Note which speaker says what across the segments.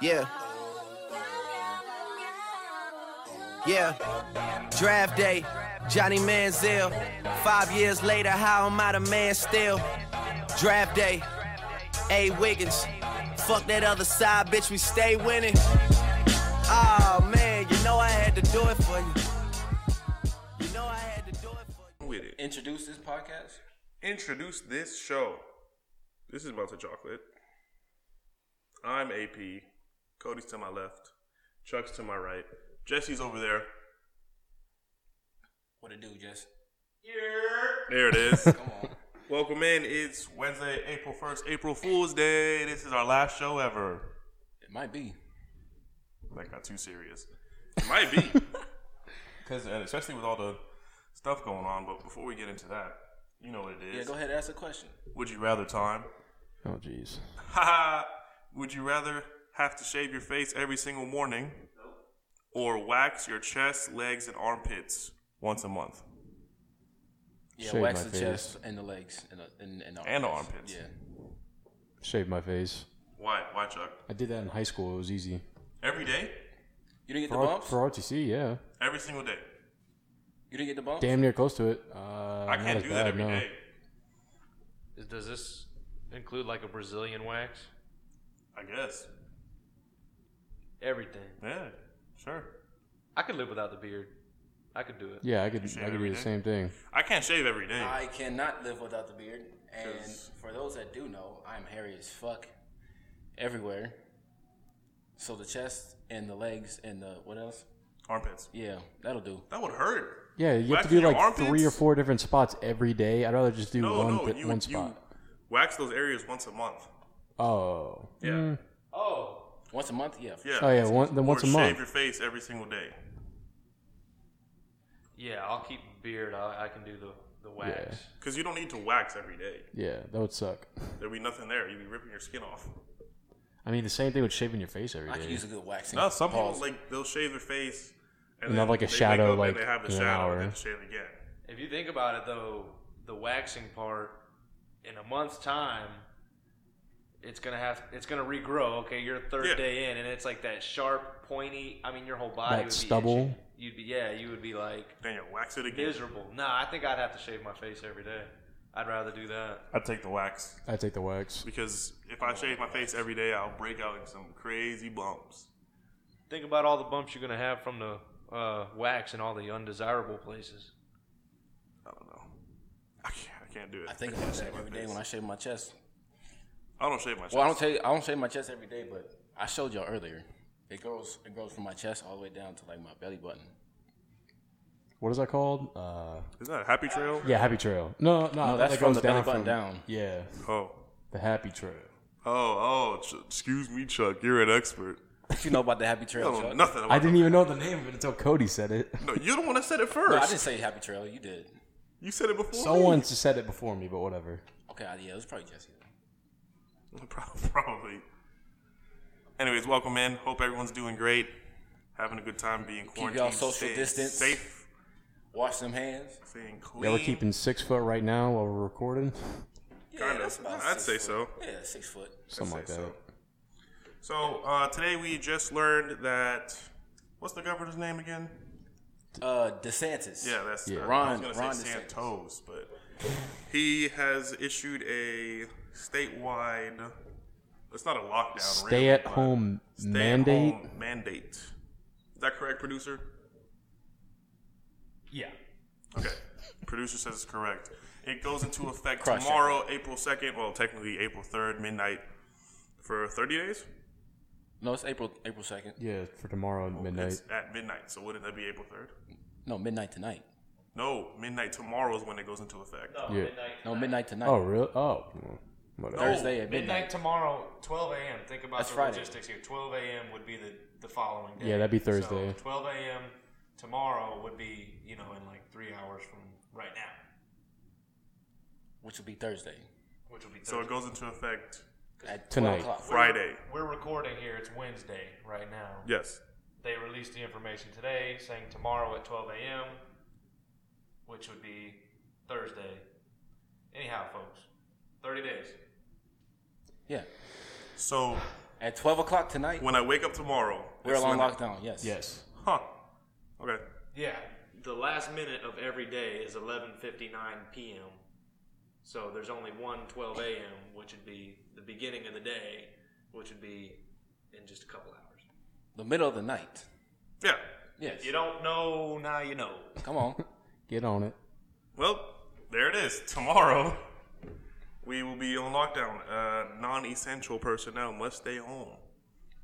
Speaker 1: Yeah. Yeah. Draft day, Johnny Manziel. Five years later, how am I the man still? Draft day, A. Wiggins. Fuck that other side, bitch, we stay winning. Oh man, you know I had to do it for you. You know I had to do it for you.
Speaker 2: with it.
Speaker 3: Introduce this podcast.
Speaker 2: Introduce this show. This is Melted Chocolate. I'm AP. Cody's to my left. Chuck's to my right. Jesse's over there.
Speaker 3: What it do, Jess?
Speaker 2: There it is.
Speaker 3: Come on.
Speaker 2: Welcome in. It's Wednesday, April 1st, April Fool's Day. This is our last show ever.
Speaker 3: it might be
Speaker 2: That got too serious. It might be. Because, especially with all the stuff going on, but before we get into that, you know what it is.
Speaker 3: Yeah, go ahead. Ask a question.
Speaker 2: Would you rather time?
Speaker 4: Oh jeez.
Speaker 2: Haha. Would you rather have to shave your face every single morning or wax your chest, legs, and armpits once a month?
Speaker 3: Yeah,
Speaker 4: Shave
Speaker 3: wax
Speaker 4: my
Speaker 3: the
Speaker 4: face.
Speaker 3: chest and the legs and the, and, and, the
Speaker 2: And the armpits.
Speaker 3: Yeah.
Speaker 4: Shave my face.
Speaker 2: Why? Why, Chuck?
Speaker 4: I did that in high school. It was easy.
Speaker 2: Every day?
Speaker 3: You didn't get
Speaker 4: For,
Speaker 3: the
Speaker 4: R-
Speaker 3: bumps.
Speaker 4: for RTC, yeah.
Speaker 2: Every single day.
Speaker 3: you didn't get the bumps.
Speaker 4: Damn near close to it. Uh,
Speaker 2: I
Speaker 4: not
Speaker 2: can't
Speaker 4: as
Speaker 2: do
Speaker 4: bad,
Speaker 2: that every day.
Speaker 4: no.
Speaker 5: Is- Does this include like a Brazilian wax?
Speaker 2: I guess.
Speaker 5: Everything.
Speaker 2: Yeah, sure.
Speaker 5: I could live without the beard. I could do it.
Speaker 4: Yeah, I could.
Speaker 2: shave
Speaker 4: I could
Speaker 2: every
Speaker 4: do the
Speaker 2: day?
Speaker 4: same thing.
Speaker 2: I can't shave every day.
Speaker 3: I cannot live without the beard. And
Speaker 2: 'Cause-
Speaker 3: for those that do know, I'm hairy as fuck everywhere. So the chest and the legs and the what else?
Speaker 2: Armpits.
Speaker 3: Yeah, that'll do.
Speaker 2: That would hurt.
Speaker 4: Yeah, you have to
Speaker 2: Waxing
Speaker 4: do
Speaker 2: your
Speaker 4: like three or
Speaker 2: armpits?
Speaker 4: four different spots every day. I'd rather just do
Speaker 2: No,
Speaker 4: one
Speaker 2: no.
Speaker 4: bit,
Speaker 2: you,
Speaker 4: one
Speaker 2: you
Speaker 4: spot.
Speaker 2: wax those areas once a month.
Speaker 4: Oh.
Speaker 2: Yeah.
Speaker 4: Mm.
Speaker 5: Oh,
Speaker 3: Once a month, yeah.
Speaker 2: Yeah.
Speaker 4: Oh yeah, one, then once
Speaker 2: or
Speaker 4: a
Speaker 2: shave
Speaker 4: month.
Speaker 2: your face every single day.
Speaker 5: yeah. I'll keep the beard. I, I can do the the wax.
Speaker 2: Because you don't need to wax every day.
Speaker 4: Yeah, that would suck.
Speaker 2: There'd be nothing there. You'd be ripping your skin off.
Speaker 4: I mean, the same thing with shaving your face every
Speaker 3: I could
Speaker 4: day.
Speaker 3: use a good waxing.
Speaker 2: No, some people
Speaker 3: Pause.
Speaker 2: like they'll shave their face and,
Speaker 4: And have, like, a shadow, like,
Speaker 2: they have the
Speaker 4: in an
Speaker 2: shadow and
Speaker 4: hour.
Speaker 2: then shave again.
Speaker 5: If you think about it though, the waxing part in a month's time, it's gonna have it's gonna regrow. Okay, you're third
Speaker 2: Yeah.
Speaker 5: day in, and it's like that sharp, pointy. I mean, your whole body
Speaker 4: That
Speaker 5: would
Speaker 4: stubble?
Speaker 5: Be itchy. You'd be yeah. You would be like
Speaker 2: Then you wax it again.
Speaker 5: miserable. Nah, I think I'd have to shave my face every day. I'd rather do that.
Speaker 2: I'd take the wax
Speaker 4: I take the wax.
Speaker 2: because if I shave my face every day, I'll break out in some crazy bumps.
Speaker 5: Think about all the bumps you're gonna have from the uh, wax and all the undesirable places.
Speaker 2: I don't know. I can't. I can't do it.
Speaker 3: I think about that
Speaker 2: shave my
Speaker 3: every day
Speaker 2: face.
Speaker 3: when I shave my chest.
Speaker 2: I don't shave my.
Speaker 3: Well, I don't
Speaker 2: chest.
Speaker 3: tell you, I don't shave my chest every day, but I showed y'all earlier. It grows it grows from my chest all the way down to like my belly button.
Speaker 4: What is that called? Uh,
Speaker 2: Isn't that a happy trail?
Speaker 4: yeah, Happy Trail. No, no,
Speaker 3: that's
Speaker 4: Oh, that
Speaker 3: from
Speaker 4: goes
Speaker 3: the belly
Speaker 4: down
Speaker 3: button
Speaker 4: from-
Speaker 3: down.
Speaker 4: Yeah,
Speaker 2: Oh.
Speaker 4: the Happy Trail.
Speaker 2: Oh, oh, ch- excuse me, Chuck. You're an expert.
Speaker 3: What you know about the happy
Speaker 2: I
Speaker 3: trail?
Speaker 2: don't know
Speaker 3: Chuck?
Speaker 2: nothing about
Speaker 4: I didn't e- even know the name of it until Cody said it.
Speaker 2: that. No, you don't want to said it
Speaker 3: No, I
Speaker 2: first.
Speaker 3: didn't say happy trail. You did.
Speaker 2: you said it before. me.
Speaker 4: Someone just said it before me, but whatever.
Speaker 3: Okay, I- yeah, it was probably Jesse.
Speaker 2: Prob- Probably. Anyways, welcome in. Hope everyone's doing great. Having a good time being quarantined.
Speaker 3: y'all social
Speaker 2: staying
Speaker 3: distance.
Speaker 2: Safe.
Speaker 3: Wash them hands.
Speaker 2: Staying clean.
Speaker 4: Yeah, we're keeping six foot right now while we're recording.
Speaker 3: Yeah,
Speaker 2: Kinda.
Speaker 3: that's about
Speaker 2: I'd
Speaker 3: six
Speaker 2: say
Speaker 3: foot.
Speaker 2: so.
Speaker 3: Yeah, six foot.
Speaker 4: Something like
Speaker 2: say
Speaker 4: that.
Speaker 2: so. So uh, today we just learned that what's the governor's name again?
Speaker 3: Uh, DeSantis.
Speaker 2: Yeah, that's
Speaker 4: Yeah.
Speaker 2: uh, I was
Speaker 3: Ron-
Speaker 2: gonna
Speaker 3: Ron
Speaker 2: say
Speaker 3: DeSantis.
Speaker 2: Santos, but he has issued a statewide. It's not a lockdown.
Speaker 4: Stay at home mandate.
Speaker 2: Stay at home mandate. Is that correct, producer?
Speaker 5: Yeah.
Speaker 2: Okay. Producer says it's correct. It goes into effect
Speaker 3: Crush it.
Speaker 2: tomorrow, April 2nd. Well, technically April 3rd, midnight for 30 days.
Speaker 3: No, it's April April second.
Speaker 4: Yeah, for tomorrow
Speaker 5: Oh,
Speaker 4: at midnight.
Speaker 2: It's at midnight. So wouldn't that be April 3rd?
Speaker 3: No, midnight tonight.
Speaker 2: No, midnight tomorrow is when it goes into effect.
Speaker 5: No,
Speaker 4: Yeah.
Speaker 5: midnight.
Speaker 3: No, midnight tonight.
Speaker 4: Oh, really? Oh, well, whatever.
Speaker 3: Thursday at midnight.
Speaker 5: Midnight tomorrow, 12 a.m. Think about
Speaker 3: That's
Speaker 5: the
Speaker 3: Friday.
Speaker 5: logistics here. 12 a.m. would be the, the following day.
Speaker 4: Yeah, that'd be
Speaker 5: So,
Speaker 4: Thursday.
Speaker 5: 12 a.m. tomorrow would be, you know, in like three hours from right now,
Speaker 3: which will be Thursday
Speaker 5: which would be Thursday.
Speaker 2: So it goes into effect
Speaker 3: at 12
Speaker 4: Tonight.
Speaker 3: o'clock.
Speaker 2: Friday.
Speaker 5: We're recording here. It's Wednesday right now.
Speaker 2: Yes.
Speaker 5: They released the information today saying tomorrow at 12 a.m., which would be Thursday. Anyhow, folks, 30 days.
Speaker 3: Yeah,
Speaker 2: So
Speaker 3: At 12 o'clock tonight,
Speaker 2: When I wake up tomorrow,
Speaker 3: we're
Speaker 2: it's
Speaker 3: on
Speaker 2: when I-
Speaker 3: lockdown. Yes.
Speaker 4: Yes.
Speaker 2: Huh. Okay.
Speaker 6: Yeah, the last minute of every day is 11:59 p.m. So there's only one 12 a.m., which would be the beginning of the day, which would be in just a couple hours.
Speaker 3: The middle of the night.
Speaker 2: Yeah.
Speaker 3: Yes.
Speaker 6: You don't know now, you know.
Speaker 3: Come on.
Speaker 4: Get on it.
Speaker 2: Well, there it is. Tomorrow, we will be on lockdown. Uh, non-essential personnel must stay home,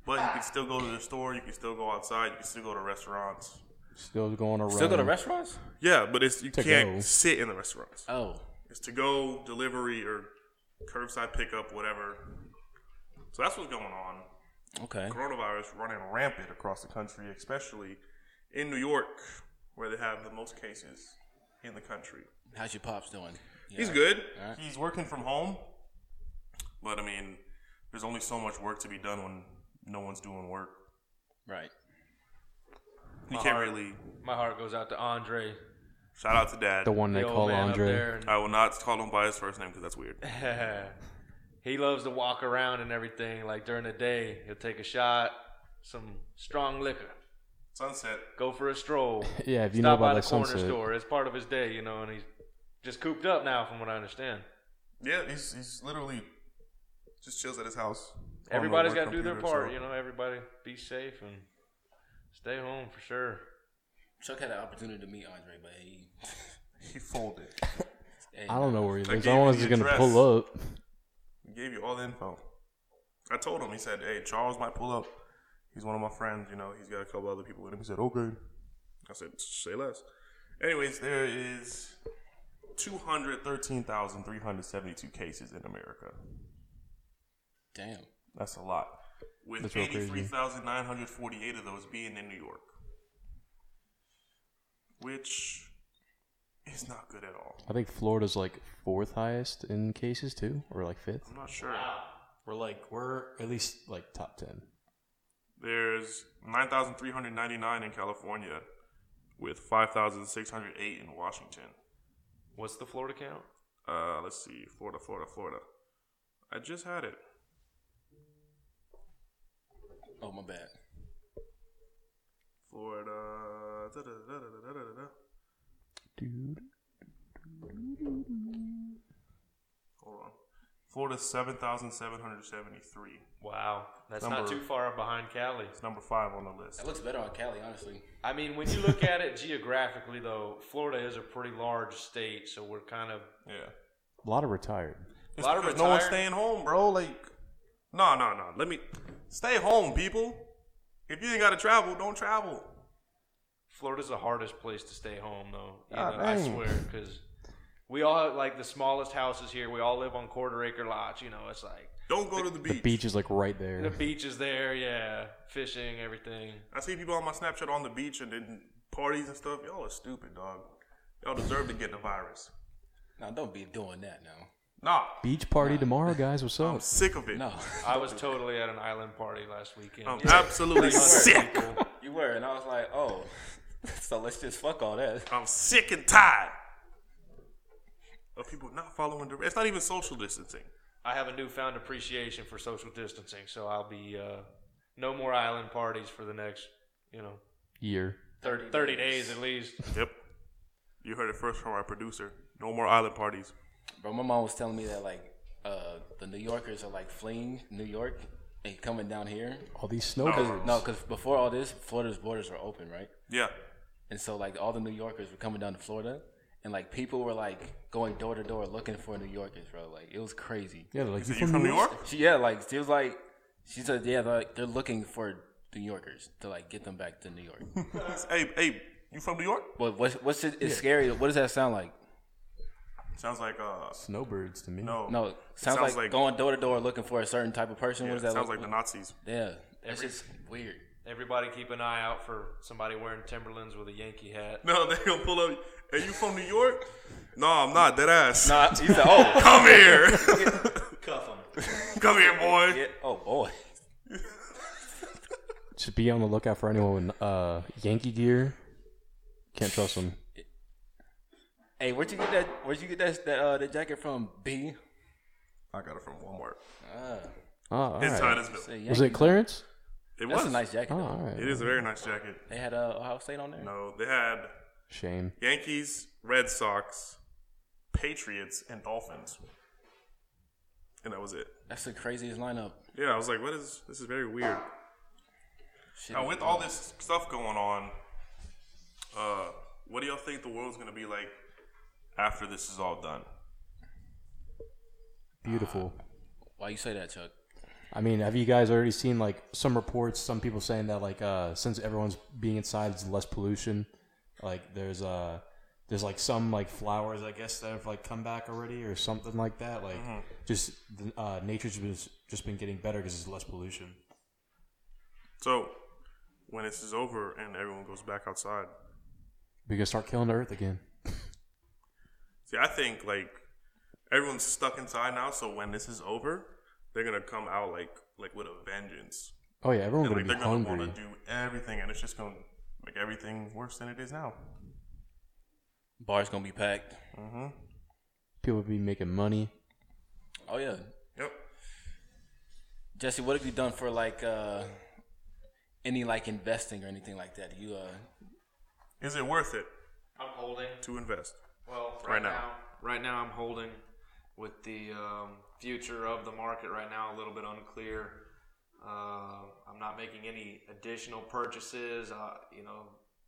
Speaker 2: but you can still go to the store. You can still go outside. You can still go to restaurants.
Speaker 4: Still going around.
Speaker 3: Still go to restaurants?
Speaker 2: Yeah, but it's you
Speaker 4: To
Speaker 2: can't
Speaker 4: go.
Speaker 2: sit in the restaurants.
Speaker 3: Oh.
Speaker 2: It's to go delivery or curbside pickup, whatever. So that's what's going on.
Speaker 3: Okay.
Speaker 2: Coronavirus running rampant across the country, especially in New York, where they have the most cases in the country.
Speaker 3: How's your pops doing? Yeah.
Speaker 2: He's good.
Speaker 3: Alright.
Speaker 2: He's working from home. But I mean, there's only so much work to be done when no one's doing work.
Speaker 3: Right.
Speaker 2: You can't
Speaker 5: Uh-huh.
Speaker 2: really.
Speaker 5: My heart goes out to Andre.
Speaker 2: Shout out to dad.
Speaker 4: The one
Speaker 5: The
Speaker 4: they
Speaker 5: old
Speaker 4: call
Speaker 5: man
Speaker 4: Andre.
Speaker 5: up there.
Speaker 2: I will not call him by his first name because that's weird.
Speaker 5: he loves to walk around and everything. Like during the day, he'll take a shot, some strong liquor,
Speaker 2: Sunset.
Speaker 5: go for a stroll,
Speaker 4: Yeah, if you know
Speaker 5: stop by
Speaker 4: about
Speaker 5: the
Speaker 4: that
Speaker 5: corner
Speaker 4: sunset.
Speaker 5: store. It's part of his day, you know. And he's just cooped up now, from what I understand.
Speaker 2: Yeah, he's, he's literally just chills at his house.
Speaker 5: Everybody's got to do their part, you know. Everybody be safe and stay home for sure.
Speaker 3: Chuck had an opportunity to meet Andre, but he.
Speaker 2: He folded.
Speaker 3: hey,
Speaker 4: I don't know where he
Speaker 2: I
Speaker 4: lives.
Speaker 2: gave
Speaker 4: I don't
Speaker 2: you
Speaker 4: know if he's
Speaker 2: the
Speaker 4: going to
Speaker 2: address.
Speaker 4: pull up.
Speaker 2: Gave you all the info. I told him. He said, "Hey, Charles might pull up. He's one of my friends. You know, he's got a couple other people with him." He said, "Okay." I said, "Say less." Anyways, there is two hundred thirteen thousand three hundred seventy-two cases in America.
Speaker 3: Damn.
Speaker 2: That's a lot. With
Speaker 4: That's real crazy.
Speaker 2: eighty-three thousand nine hundred forty-eight of those being in New York, which is not good at all.
Speaker 4: I think Florida's like fourth highest in cases too, or like fifth.
Speaker 2: I'm not sure.
Speaker 4: We're like we're at least like top ten.
Speaker 2: There's 9,399 in California, with 5,608 in Washington.
Speaker 5: What's the Florida count?
Speaker 2: Uh, let's see, Florida, Florida, Florida. I just had it.
Speaker 3: Oh, my bad.
Speaker 2: Florida. da-da-da-da-da-da-da.
Speaker 4: Dude,
Speaker 2: Hold on. Florida 7,773.
Speaker 5: Wow, that's not
Speaker 2: Number-
Speaker 5: too far behind Cali.
Speaker 2: It's number five on the list.
Speaker 3: That looks better on Cali, honestly.
Speaker 5: I mean, when you look at it geographically, though, Florida is a pretty large state, so we're kind of
Speaker 2: Yeah.
Speaker 4: a lot of retired.
Speaker 2: It's
Speaker 5: lot of
Speaker 2: because no one's
Speaker 5: retired-
Speaker 2: staying home, bro. Like, no, no, no. Let me stay home, people. If you ain't got to travel, don't travel.
Speaker 5: Florida's the hardest place to stay home, though. You
Speaker 2: Ah,
Speaker 5: know, I
Speaker 2: dang.
Speaker 5: swear, because we all have, like the smallest houses here. We all live on quarter acre lots. You know, it's like
Speaker 2: Don't go to the
Speaker 4: The
Speaker 2: beach.
Speaker 4: beach is like right
Speaker 5: the
Speaker 4: there.
Speaker 5: beach is there, yeah, fishing, everything.
Speaker 2: I see people on my Snapchat on the beach and then parties and stuff. Y'all are stupid, dog. Y'all deserve to get the virus.
Speaker 3: Now, don't be doing that now.
Speaker 2: Nah,
Speaker 4: Beach party tomorrow, guys. What's
Speaker 2: I'm
Speaker 4: up?
Speaker 2: sick of it.
Speaker 3: No.
Speaker 5: I was totally at an island party last weekend.
Speaker 2: I'm absolutely sick.
Speaker 3: you were, and I was like, oh. so let's just fuck all that.
Speaker 2: I'm sick and tired of people not following the. It's not even social distancing.
Speaker 5: I have a newfound appreciation for social distancing, so I'll be uh, no more island parties for the next, you know,
Speaker 4: Year.
Speaker 5: 30, 30 days at least.
Speaker 2: Yep. You heard it first from our producer. No more island parties.
Speaker 3: Bro, my mom was telling me that like uh, the New Yorkers are like fleeing New York and coming down here.
Speaker 4: All these snowbirds.
Speaker 3: No, because before all this, Florida's borders were open, right?
Speaker 2: Yeah.
Speaker 3: And so like all the New Yorkers were coming down to Florida, and like people were like going door to door looking for New Yorkers, bro. Like it was crazy.
Speaker 4: Yeah, they're like
Speaker 2: Is it you from New York?
Speaker 3: She, yeah, like she was like, she said, yeah, they're, like, they're looking for New Yorkers to like get them back to New York.
Speaker 2: hey, hey, you from New York?
Speaker 3: what what's what's it, it's scary? What does that sound like?
Speaker 2: Sounds like uh
Speaker 4: Snowbirds to me.
Speaker 2: no.
Speaker 3: No, it sounds,
Speaker 2: Sounds
Speaker 3: like,
Speaker 2: like-
Speaker 3: going door to door looking for a certain type of person.
Speaker 2: Yeah,
Speaker 3: what does that
Speaker 2: sounds
Speaker 3: look
Speaker 2: like the Nazis.
Speaker 3: Yeah, it's just weird.
Speaker 5: Everybody keep an eye out for somebody wearing Timberlands with a Yankee hat.
Speaker 2: No, they gonna pull up. Are you from New York? No, I'm not. That ass.
Speaker 3: Nah, he said, oh,
Speaker 2: Come here.
Speaker 6: Cuff them.
Speaker 2: Come here, boy.
Speaker 3: yeah, oh boy.
Speaker 4: Just be on the lookout for anyone with uh, Yankee gear. Can't trust them.
Speaker 3: Hey, where'd you get that? Where'd you get that that, uh, that jacket from? B.
Speaker 2: I got it from Walmart.
Speaker 4: Oh, all
Speaker 2: His
Speaker 4: right.
Speaker 2: tide is built.
Speaker 3: Say
Speaker 4: Was
Speaker 3: Yankee.
Speaker 4: it clearance?
Speaker 2: It
Speaker 3: That's
Speaker 2: was.
Speaker 3: a nice jacket.
Speaker 4: Oh,
Speaker 3: though.
Speaker 4: all right.
Speaker 2: It is a very nice jacket.
Speaker 3: They had uh, Ohio State on there.
Speaker 2: No, they had
Speaker 4: Shame.
Speaker 2: Yankees, Red Sox, Patriots, and Dolphins. And that was it.
Speaker 3: That's the craziest lineup.
Speaker 2: Yeah, I was like, what is this is very weird.
Speaker 3: Shit.
Speaker 2: Now with all this stuff going on, uh, what do y'all think the world's gonna be like after this is all done?
Speaker 4: Beautiful.
Speaker 3: Why you say that, Chuck?
Speaker 4: I mean, have you guys already seen like some reports? Some people saying that like uh, since everyone's being inside, it's less pollution. Like there's uh there's like some like flowers, I guess, that have like come back already or something like that. Like
Speaker 2: Mm-hmm.
Speaker 4: just the, uh, nature's just just been getting better because there's less pollution.
Speaker 2: So when this is over and everyone goes back outside,
Speaker 4: We gonna start killing the earth again.
Speaker 2: see, I think like everyone's stuck inside now. So when this is over, they're gonna come out like like with a vengeance.
Speaker 4: Oh yeah, everyone's
Speaker 2: And,
Speaker 4: gonna
Speaker 2: like
Speaker 4: be
Speaker 2: they're gonna
Speaker 4: hungry.
Speaker 2: want to do everything, and it's just gonna make everything worse than it is now.
Speaker 3: Bar's gonna be packed.
Speaker 2: Mm-hmm.
Speaker 4: People be making money.
Speaker 3: Oh yeah,
Speaker 2: Yep.
Speaker 3: Jesse. What have you done for like uh, any like investing or anything like that? You uh,
Speaker 2: Is it worth it
Speaker 5: I'm holding.
Speaker 2: to invest?
Speaker 5: Well, right,
Speaker 2: Right now.
Speaker 5: now. right now I'm holding with the um, future of the market right now a little bit unclear. Uh, I'm not making any additional purchases, uh, you know,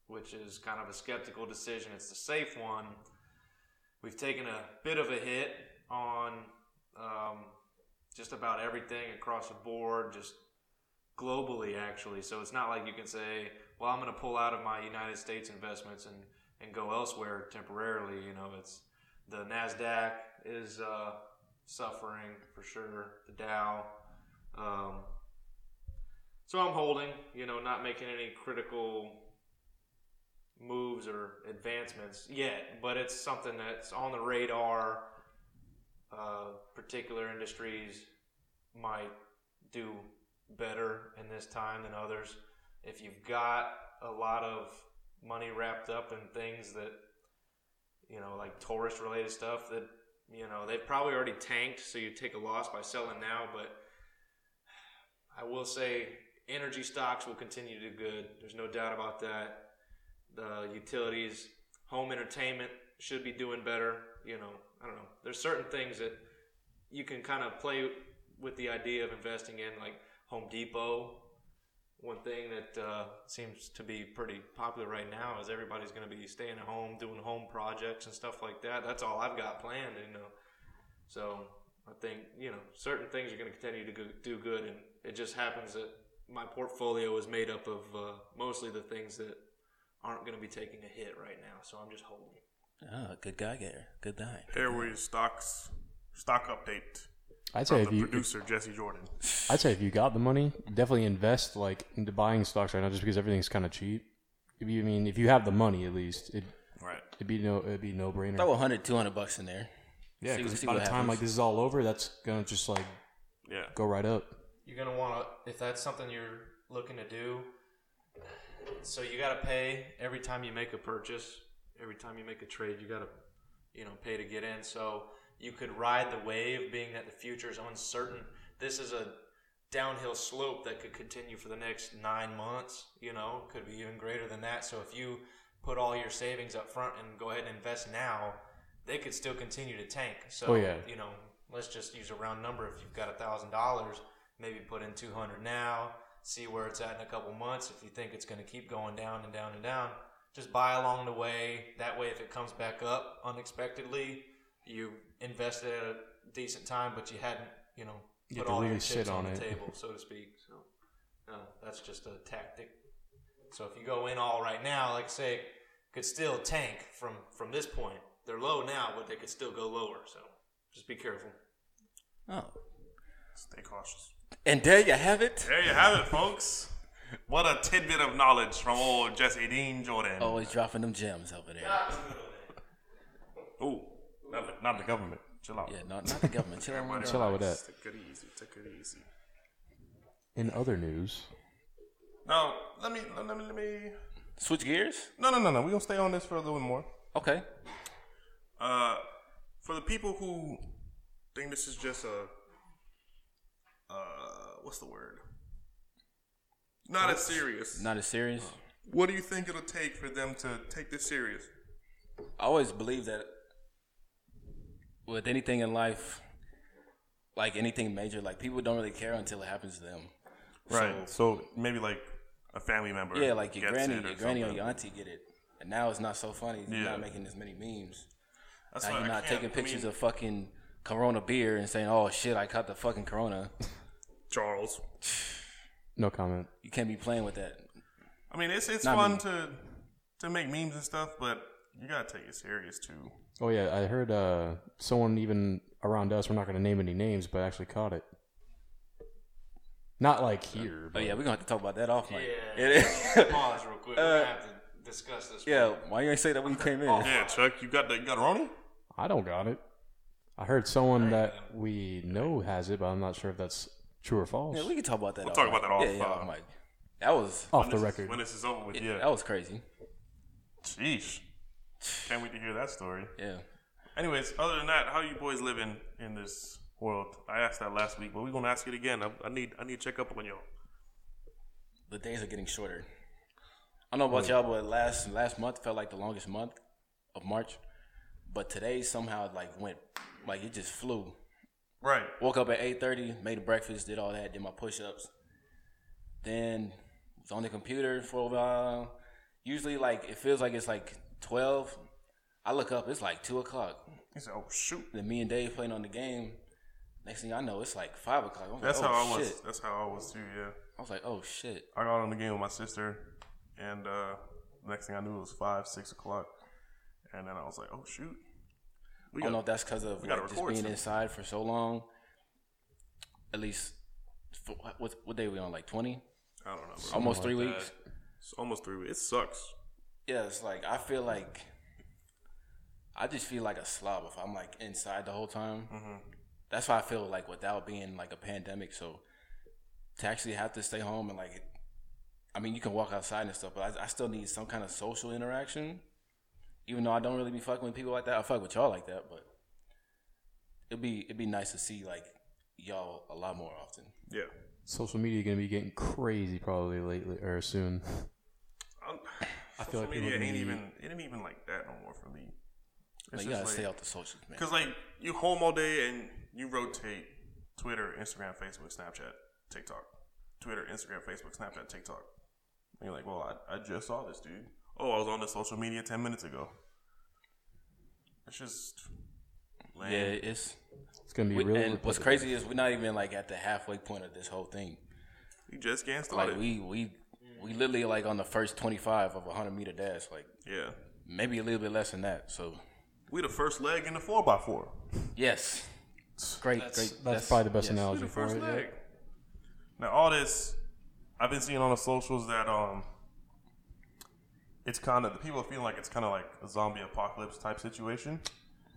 Speaker 5: which is kind of a skeptical decision. It's the safe one. We've taken a bit of a hit on um, just about everything across the board, just globally actually. So it's not like you can say, well, I'm going to pull out of my United States investments and, and go elsewhere temporarily. You know, it's the Nasdaq is uh, suffering for sure. The Dow. Um, so I'm holding. You know, not making any critical moves or advancements yet, but it's something that's on the radar. Uh, particular industries might do better in this time than others. If you've got a lot of money wrapped up in things that, you know, like tourist related stuff that, you know, they've probably already tanked, so you take a loss by selling now. But I will say energy stocks will continue to do good. There's no doubt about that. The utilities, home entertainment should be doing better. You know, I don't know. There's certain things that you can kind of play with the idea of investing in like Home Depot. One thing that uh, seems to be pretty popular right now is everybody's going to be staying at home, doing home projects and stuff like that. That's all I've got planned, you know. So I think you know certain things are going to continue to go, do good, and it just happens that my portfolio is made up of uh, mostly the things that aren't going to be taking a hit right now. So I'm just holding.
Speaker 3: ah, good guy there. Good guy.
Speaker 2: Airways stocks stock update
Speaker 4: I'd
Speaker 2: from
Speaker 4: say if
Speaker 2: the
Speaker 4: you
Speaker 2: producer Jesse Jordan.
Speaker 4: I'd say if you got the money, definitely invest like into buying stocks right now, just because everything's kind of cheap. If you I mean if you have the money, at least it
Speaker 2: Right.
Speaker 4: it'd be no it'd be no brainer.
Speaker 3: Throw 100, 200 bucks in there.
Speaker 4: yeah,
Speaker 3: see-
Speaker 4: because
Speaker 3: see
Speaker 4: by the
Speaker 3: what
Speaker 4: time
Speaker 3: happens.
Speaker 4: like this is all over, that's gonna just like
Speaker 2: Yeah.
Speaker 4: go right up.
Speaker 5: you're gonna want to if that's something you're looking to do so you gotta pay every time you make a purchase every time you make a trade you gotta you know pay to get in so you could ride the wave being that the future is uncertain this is a downhill slope that could continue for the next nine months you know could be even greater than that so if you put all your savings up front and go ahead and invest now they could still continue to tank so
Speaker 4: Oh, yeah.
Speaker 5: you know let's just use a round number if you've got a thousand dollars maybe put in 200 now see where it's at in a couple months if you think it's going to keep going down and down and down just buy along the way that way if it comes back up unexpectedly you invested at a decent time but you hadn't you know
Speaker 4: You have
Speaker 5: put
Speaker 4: to
Speaker 5: all your
Speaker 4: really
Speaker 5: chips
Speaker 4: sit
Speaker 5: on,
Speaker 4: on
Speaker 5: the
Speaker 4: it.
Speaker 5: table so to speak so no, that's just a tactic so if you go in all right now like I say it could still tank from from this point they're low now but they could still go lower so just be careful
Speaker 3: Oh,
Speaker 2: Stay cautious.
Speaker 3: and there you have it.
Speaker 2: There you have it, folks. What a tidbit of knowledge from old Jesse Dean Jordan. Oh,
Speaker 3: Always dropping them gems over there.
Speaker 2: not, the, not the government. Chill out.
Speaker 3: Yeah, not, not the government. Chill out. man.
Speaker 4: Chill out with that.
Speaker 2: Take it easy. Take it easy.
Speaker 4: In other news,
Speaker 2: Now, let me, let me, let me.
Speaker 3: Switch gears.
Speaker 2: No, no, no, no. We're going to stay on this for a little bit more.
Speaker 3: Okay.
Speaker 2: Uh, for the people who think this is just a uh, what's the word? Not as serious.
Speaker 3: Not as serious.
Speaker 2: what do you think it'll take for them to take this serious?
Speaker 3: I always believe that with anything in life, like anything major, like people don't really care until it happens to them.
Speaker 2: Right. So, maybe like a family member.
Speaker 3: Yeah, like your
Speaker 2: gets
Speaker 3: granny,
Speaker 2: it
Speaker 3: your granny or
Speaker 2: something.
Speaker 3: your auntie get it, and now it's not so funny. You're
Speaker 2: Yeah.
Speaker 3: not making as many memes.
Speaker 2: That's
Speaker 3: Now
Speaker 2: why
Speaker 3: you're
Speaker 2: I
Speaker 3: not
Speaker 2: can't-
Speaker 3: taking
Speaker 2: I mean,
Speaker 3: pictures of fucking Corona beer and saying, "Oh shit, I caught the fucking Corona."
Speaker 2: Charles.
Speaker 4: No comment.
Speaker 3: You can't be playing with that.
Speaker 2: I mean, it's it's
Speaker 3: Not
Speaker 2: fun
Speaker 3: me.
Speaker 2: to to make memes and stuff, but you gotta take it serious too.
Speaker 4: Oh yeah, I heard uh, someone even around us. We're not going to name any names, but actually caught it. Not like here.
Speaker 3: Oh
Speaker 4: But
Speaker 3: yeah, we're gonna have to talk about that off mic.
Speaker 5: Yeah. Pause real quick. We're
Speaker 3: Uh,
Speaker 5: gonna have to discuss this.
Speaker 3: yeah. Why you ain't say that when you came in?
Speaker 2: Yeah, Chuck, you got the you got Roni?
Speaker 4: I don't got it. I heard someone that we know has it, but I'm not sure if that's true or false.
Speaker 3: Yeah, we can talk about that.
Speaker 2: We'll
Speaker 3: off
Speaker 2: talk
Speaker 3: mic.
Speaker 2: about that
Speaker 3: Yeah,
Speaker 2: off,
Speaker 3: yeah,
Speaker 2: uh,
Speaker 3: off mic. That was
Speaker 4: Off the
Speaker 2: This is-
Speaker 4: record.
Speaker 2: When this is over with, yeah.
Speaker 3: that was crazy.
Speaker 2: Sheesh. Can't wait to hear that story.
Speaker 3: Yeah.
Speaker 2: Anyways, other than that, how you boys living in this world? I asked that last week, but we're gonna ask it again. I, I need I need to check up on y'all.
Speaker 3: the days are getting shorter. I don't know about y'all, but last last month felt like the longest month of March. But today somehow like went like it just flew.
Speaker 2: Right.
Speaker 3: Woke up at eight thirty, made a breakfast, did all that, did my push ups. Then was on the computer for a while. Usually like it feels like it's like twelve. I look up, it's like two o'clock.
Speaker 2: He said, Oh shoot.
Speaker 3: Then me and Dave playing on the game. Next thing I know, it's like five o'clock. I'm like,
Speaker 2: That's
Speaker 3: oh,
Speaker 2: how I was
Speaker 3: shit.
Speaker 2: that's how I was too, yeah.
Speaker 3: I was like, oh shit.
Speaker 2: I got on the game with my sister, and uh, next thing I knew it was five, six o'clock, and then I was like, "Oh shoot, we
Speaker 3: I don't know if
Speaker 2: got
Speaker 3: that's because of
Speaker 2: we gotta
Speaker 3: like, just
Speaker 2: record
Speaker 3: being
Speaker 2: something.
Speaker 3: inside for so long. At least, for, what, what day we on? Like twenty,
Speaker 2: I don't know, bro.
Speaker 3: almost three weeks.
Speaker 2: It's almost three weeks. It sucks.
Speaker 3: Yeah, it's like I feel like I just feel like a slob if I'm like inside the whole time.
Speaker 2: Mm-hmm.
Speaker 3: That's why I feel like without being like a pandemic, so to actually have to stay home and like, I mean, you can walk outside and stuff, but I, I still need some kind of social interaction. Even though I don't really be fucking with people like that, I fuck with y'all like that, but it'd be it'd be nice to see like y'all a lot more often.
Speaker 2: Yeah,
Speaker 4: Social media going to be getting crazy probably lately or soon.
Speaker 2: I'm,
Speaker 4: I feel
Speaker 2: social
Speaker 4: like
Speaker 2: media
Speaker 4: people
Speaker 2: ain't
Speaker 4: need-
Speaker 2: even it ain't even like that no more for me.
Speaker 3: Like,
Speaker 2: It's
Speaker 3: you gotta
Speaker 2: just
Speaker 3: stay
Speaker 2: like
Speaker 3: off the socials, man.
Speaker 2: because like you home all day and you rotate Twitter, Instagram, Facebook, Snapchat, TikTok, Twitter, Instagram, Facebook, Snapchat, TikTok. And you're like, well, I, I just saw this dude. Oh, I was on the social media ten minutes ago. It's just lame.
Speaker 3: Yeah, it's
Speaker 4: It's going to be
Speaker 3: we,
Speaker 4: really.
Speaker 3: and what's crazy is we're not even like at the halfway point of this whole thing.
Speaker 2: You just can't start
Speaker 3: Like
Speaker 2: it.
Speaker 3: we we we literally like on the first twenty five of a hundred meter dash, like
Speaker 2: yeah.
Speaker 3: maybe a little bit less than that. So
Speaker 2: We the first leg in the four by four.
Speaker 3: yes, great, great.
Speaker 4: That's, probably the best
Speaker 3: yes.
Speaker 4: analogy
Speaker 2: We the
Speaker 4: for
Speaker 2: first
Speaker 4: it. yeah.
Speaker 2: leg. Now all this I've been seeing on the socials that um it's kinda the people are feeling like it's kinda like a zombie apocalypse type situation.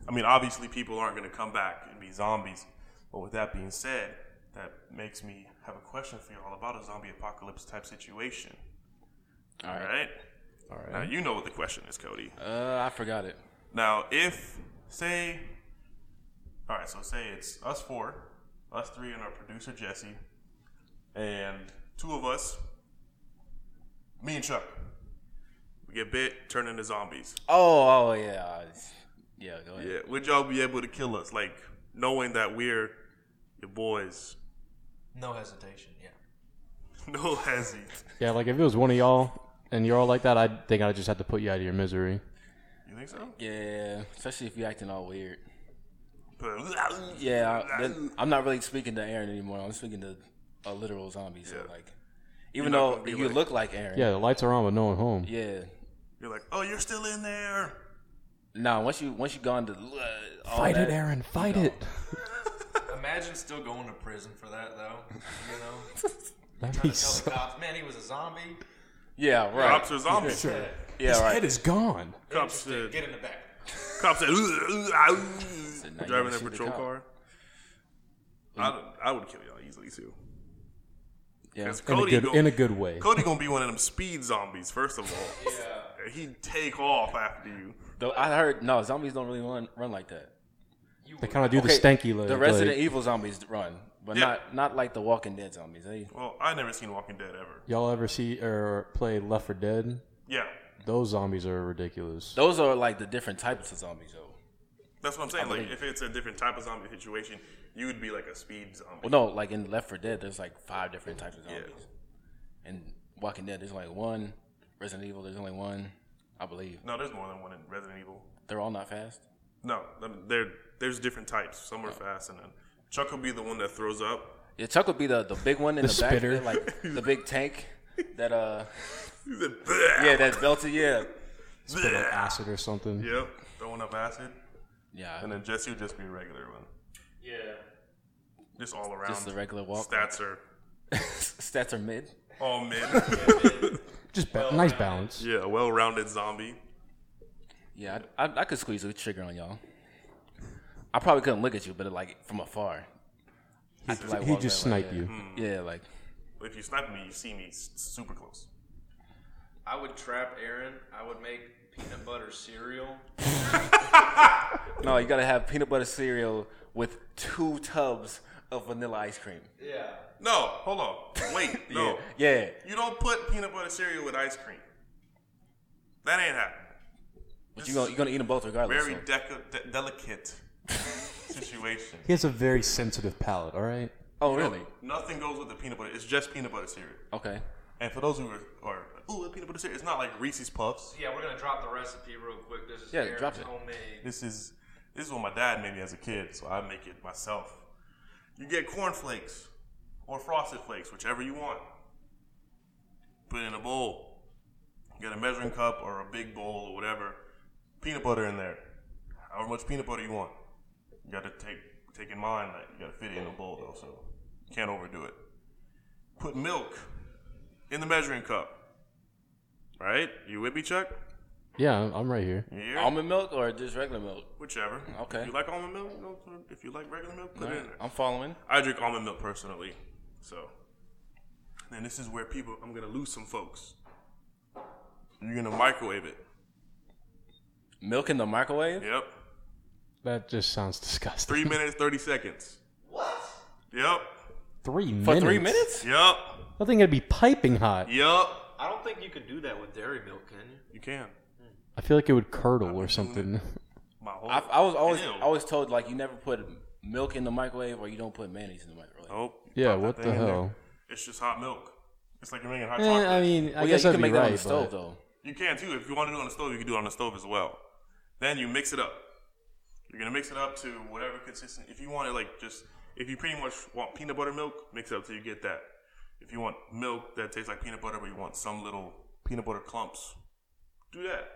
Speaker 2: I mean obviously people aren't gonna come back and be zombies. But with that being said, that makes me have a question for you all about a zombie apocalypse type situation.
Speaker 3: All right,
Speaker 2: Alright?
Speaker 4: All right.
Speaker 2: Now you know what the question is, Cody.
Speaker 3: uh, I forgot it.
Speaker 2: Now, if say, all right, so say it's us four, us three, and our producer Jesse, and two of us, me and Chuck, we get bit, turn into zombies.
Speaker 3: Oh, oh yeah, yeah. Go ahead.
Speaker 2: Yeah, would y'all be able to kill us? Like knowing that we're your boys.
Speaker 5: No hesitation. Yeah.
Speaker 2: No hezzy.
Speaker 4: Yeah, like if it was one of y'all and you're all like that, I think I just have to put you out of your misery.
Speaker 2: You think so?
Speaker 3: Yeah. especially if you acting all weird.
Speaker 2: But-
Speaker 3: Yeah, I, then- I'm not really speaking to Aaron anymore. I'm speaking to a literal zombie. So
Speaker 2: Yeah.
Speaker 3: like, even
Speaker 2: not
Speaker 3: though
Speaker 2: gonna be
Speaker 3: you
Speaker 2: like-
Speaker 3: look like Aaron,
Speaker 4: Yeah, the lights are on, but no one home.
Speaker 3: yeah,
Speaker 2: You're like, oh, you're still in there.
Speaker 3: No, once you once you gone to uh, all
Speaker 4: Fight
Speaker 3: that-
Speaker 4: it, Aaron. Fight
Speaker 3: No.
Speaker 4: it.
Speaker 5: Imagine still going to prison for that though. You know,
Speaker 4: That
Speaker 5: trying
Speaker 4: means
Speaker 5: to
Speaker 4: so-
Speaker 5: tell the cops, man, he was a zombie.
Speaker 3: Yeah, right.
Speaker 2: Cops are zombies.
Speaker 3: Yeah,
Speaker 4: Head
Speaker 3: right.
Speaker 4: is gone.
Speaker 2: Cops
Speaker 5: Dude,
Speaker 2: said.
Speaker 5: get in the back.
Speaker 2: Cops said.
Speaker 3: now
Speaker 2: Driving
Speaker 3: you gotta
Speaker 2: that
Speaker 3: shoot the
Speaker 2: patrol
Speaker 3: cop.
Speaker 2: car. I, don't- I would kill y'all easily too.
Speaker 3: Yeah.
Speaker 2: 'Cause
Speaker 4: In a
Speaker 2: Cody,
Speaker 4: good,
Speaker 2: gonna,
Speaker 4: in a good way.
Speaker 2: Cody gonna be one of them speed zombies. First of all, yeah, he take off after you.
Speaker 3: Though I heard no zombies don't really run run like that.
Speaker 4: They kind of do the stanky look.
Speaker 3: The Resident Evil zombies run, but
Speaker 2: Yeah.
Speaker 3: not not like the Walking Dead zombies. They
Speaker 2: Well, I never seen Walking Dead ever.
Speaker 4: Y'all ever see or play Left 4 Dead?
Speaker 2: Yeah,
Speaker 4: Those zombies are ridiculous.
Speaker 3: those are like the different types of zombies though.
Speaker 2: that's what I'm saying. Like,
Speaker 3: believe-
Speaker 2: if it's a different type of zombie situation, you would be like a speed zombie.
Speaker 3: Well, no, like in Left 4 Dead, there's like five different types of
Speaker 2: Yeah.
Speaker 3: zombies. And Walking Dead, there's like one. Resident Evil, there's only one, I believe.
Speaker 2: No, there's more than one in Resident Evil.
Speaker 3: They're all not fast.
Speaker 2: No, I mean, there there's different types. Some are fast, and then Chuck will be the one that throws up.
Speaker 3: Yeah, Chuck would be the, the big one in
Speaker 4: The
Speaker 3: the,
Speaker 4: spitter.
Speaker 3: back, like the big tank that uh
Speaker 2: He said, "Bleh,
Speaker 3: yeah that's belted yeah
Speaker 4: Put, like acid or something.
Speaker 2: Yep, throwing up acid,
Speaker 3: yeah
Speaker 2: and then Jesse would just be a regular one,
Speaker 5: Yeah.
Speaker 2: just all around.
Speaker 3: just the regular walk.
Speaker 2: Stats are
Speaker 3: Stats are mid.
Speaker 2: all mid.
Speaker 4: Just ba- nice balance.
Speaker 2: yeah, well-rounded zombie.
Speaker 3: Yeah, I, I, I could squeeze a trigger on y'all. I probably couldn't look at you, but like from afar, I could, like,
Speaker 4: He
Speaker 3: walk
Speaker 4: just
Speaker 3: right, like,
Speaker 4: snipe you.
Speaker 3: yeah. Hmm. Yeah, like
Speaker 2: If you snipe me, you see me s- super close.
Speaker 5: I would trap Aaron. I would make peanut butter cereal.
Speaker 3: no, you gotta have peanut butter cereal with two tubs of vanilla ice cream.
Speaker 5: Yeah.
Speaker 2: No, hold on. Wait, no.
Speaker 3: Yeah,
Speaker 2: You don't put peanut butter cereal with ice cream. That ain't happening.
Speaker 3: but you gonna you gonna eat them both regardless.
Speaker 2: Very
Speaker 3: so.
Speaker 2: deca- de- delicate situation.
Speaker 4: He has a very sensitive palate. All right.
Speaker 3: oh really?
Speaker 2: Nothing goes with the peanut butter. It's just peanut butter cereal.
Speaker 3: Okay.
Speaker 2: And for those who are, are ooh, peanut butter cereal, it's not like Reese's Puffs.
Speaker 5: Yeah, we're gonna drop the recipe real quick. This is
Speaker 3: Yeah,
Speaker 5: Aaron's
Speaker 3: drop it.
Speaker 5: homemade.
Speaker 2: This is this is what my dad made me as a kid, so I make it myself. You get cornflakes or frosted flakes, whichever you want. Put it in a bowl. Get a measuring cup or a big bowl or whatever. Peanut butter in there. However much peanut butter you want. You gotta take take in mind that you gotta fit it in a bowl though, so you can't overdo it. Put milk in the measuring cup. Right? You with me, Chuck?
Speaker 4: Yeah, I'm, I'm right here.
Speaker 2: Yeah.
Speaker 3: Almond milk or just regular milk?
Speaker 2: Whichever.
Speaker 3: Okay.
Speaker 2: If you like almond milk, you know, if you like regular milk, put it in there.
Speaker 3: I'm following.
Speaker 2: I drink almond milk personally. So, then this is where people, I'm going to lose some folks. You're going to microwave it.
Speaker 3: Milk in the microwave?
Speaker 2: Yep.
Speaker 4: That just sounds disgusting.
Speaker 2: Three minutes, 30 seconds. What? Yep.
Speaker 4: Three minutes.
Speaker 3: For three minutes?
Speaker 2: Yep.
Speaker 4: I think it'd be piping hot.
Speaker 2: Yep.
Speaker 5: I don't think you can do that with dairy milk, can you?
Speaker 2: You can.
Speaker 4: I feel like it would curdle or something.
Speaker 2: My whole.
Speaker 3: I, I was always
Speaker 2: Ew.
Speaker 3: I was told like you never put milk in the microwave or you don't put mayonnaise in the
Speaker 4: Oh.
Speaker 3: microwave.
Speaker 2: Nope. You
Speaker 4: Yeah,
Speaker 2: Oh, pop that
Speaker 4: what the
Speaker 2: thing in there.
Speaker 4: hell?
Speaker 2: It's just hot milk. It's like you're making hot
Speaker 4: Eh,
Speaker 2: chocolate.
Speaker 4: I mean, I
Speaker 3: Well, yeah,
Speaker 4: guess
Speaker 3: you
Speaker 4: I'd
Speaker 3: can
Speaker 4: be
Speaker 3: make
Speaker 4: right.
Speaker 3: that on the stove
Speaker 4: but
Speaker 3: though.
Speaker 2: You can too. If you want to do it on the stove, you can do it on the stove as well. Then you mix it up. You're gonna mix it up to whatever consistent. If you want it like just, if you pretty much want peanut butter milk, mix it up till you get that. If you want milk that tastes like peanut butter, but you want some little peanut butter clumps, do that.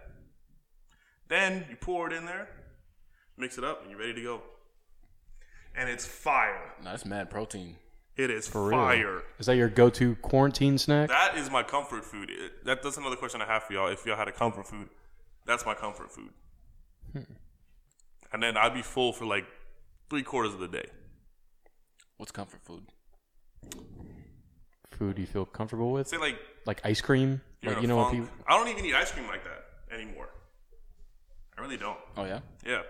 Speaker 2: Then you pour it in there, mix it up, and you're ready to go. And it's fire.
Speaker 3: No, that's mad protein.
Speaker 2: It is
Speaker 4: for real.
Speaker 2: fire.
Speaker 4: Is that your go-to quarantine snack?
Speaker 2: That is my comfort food. It- That, that's another question I have for y'all. If y'all had a comfort food, that's my comfort food. And then I'd be full for like three quarters of the day.
Speaker 3: What's comfort food?
Speaker 4: Food you feel comfortable with?
Speaker 2: Say like
Speaker 4: Like ice cream?
Speaker 2: you're
Speaker 4: like
Speaker 2: in
Speaker 4: you
Speaker 2: a
Speaker 4: know
Speaker 2: funk.
Speaker 4: when people
Speaker 2: I don't even eat ice cream like that anymore. I really don't.
Speaker 3: Oh yeah.
Speaker 2: Yeah.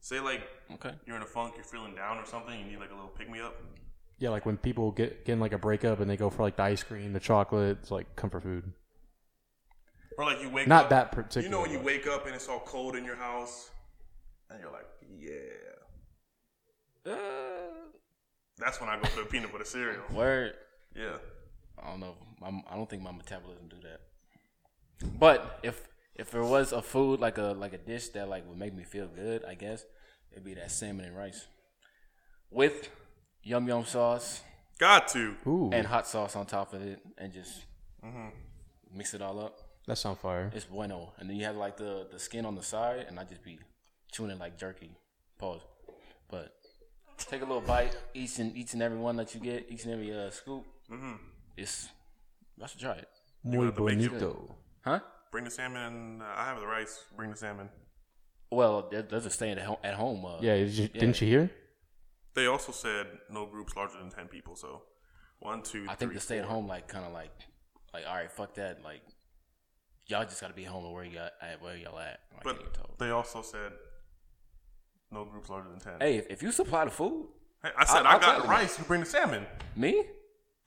Speaker 2: Say like
Speaker 3: Okay.
Speaker 2: you're in a funk, you're feeling down or something, you need like a little pick me up.
Speaker 4: Yeah, like when people get getting like a breakup and they go for like the ice cream, the chocolate, it's like comfort food.
Speaker 2: Or like you wake
Speaker 4: Not
Speaker 2: up.
Speaker 4: that particular.
Speaker 2: You know when you
Speaker 4: one.
Speaker 2: wake up and it's all cold in your house, and you're like, yeah.
Speaker 3: Uh.
Speaker 2: That's when I go for the peanut butter cereal.
Speaker 3: Word.
Speaker 2: Yeah.
Speaker 3: I don't know. My, I don't think my metabolism do that. But if if there was a food like a like a dish that like would make me feel good, I guess it'd be that salmon and rice with yum yum sauce
Speaker 2: Got to.
Speaker 4: Ooh,
Speaker 3: and hot sauce on top of it, and just mix it all up.
Speaker 4: that sound fire.
Speaker 3: It's bueno, and then you have like the the skin on the side, and I just be chewing it like jerky. Pause. But take a little bite each and each and every one that you get, each and every uh, scoop. Mm-hmm. It's I should try it,
Speaker 4: Muy
Speaker 2: have to make it.
Speaker 4: bonito.
Speaker 3: huh?
Speaker 2: Bring the salmon. and, Uh, I have the rice. Bring the salmon.
Speaker 3: Well, there, there's a staying at home. At home uh,
Speaker 4: Yeah, did you, didn't you hear?
Speaker 2: They also said no groups larger than ten people. So one, two,
Speaker 3: I think
Speaker 2: three,
Speaker 3: the stay at
Speaker 2: four.
Speaker 3: home like kind of like like all right, fuck that. Like y'all just gotta be home and where y'all at where y'all at. Like,
Speaker 2: But
Speaker 3: you told.
Speaker 2: they also said no no groups larger than ten.
Speaker 3: Hey, if, if you supply the food,
Speaker 2: Hey, I said I,
Speaker 3: I'll
Speaker 2: got
Speaker 3: gladly-
Speaker 2: rice. You bring the salmon.
Speaker 3: me,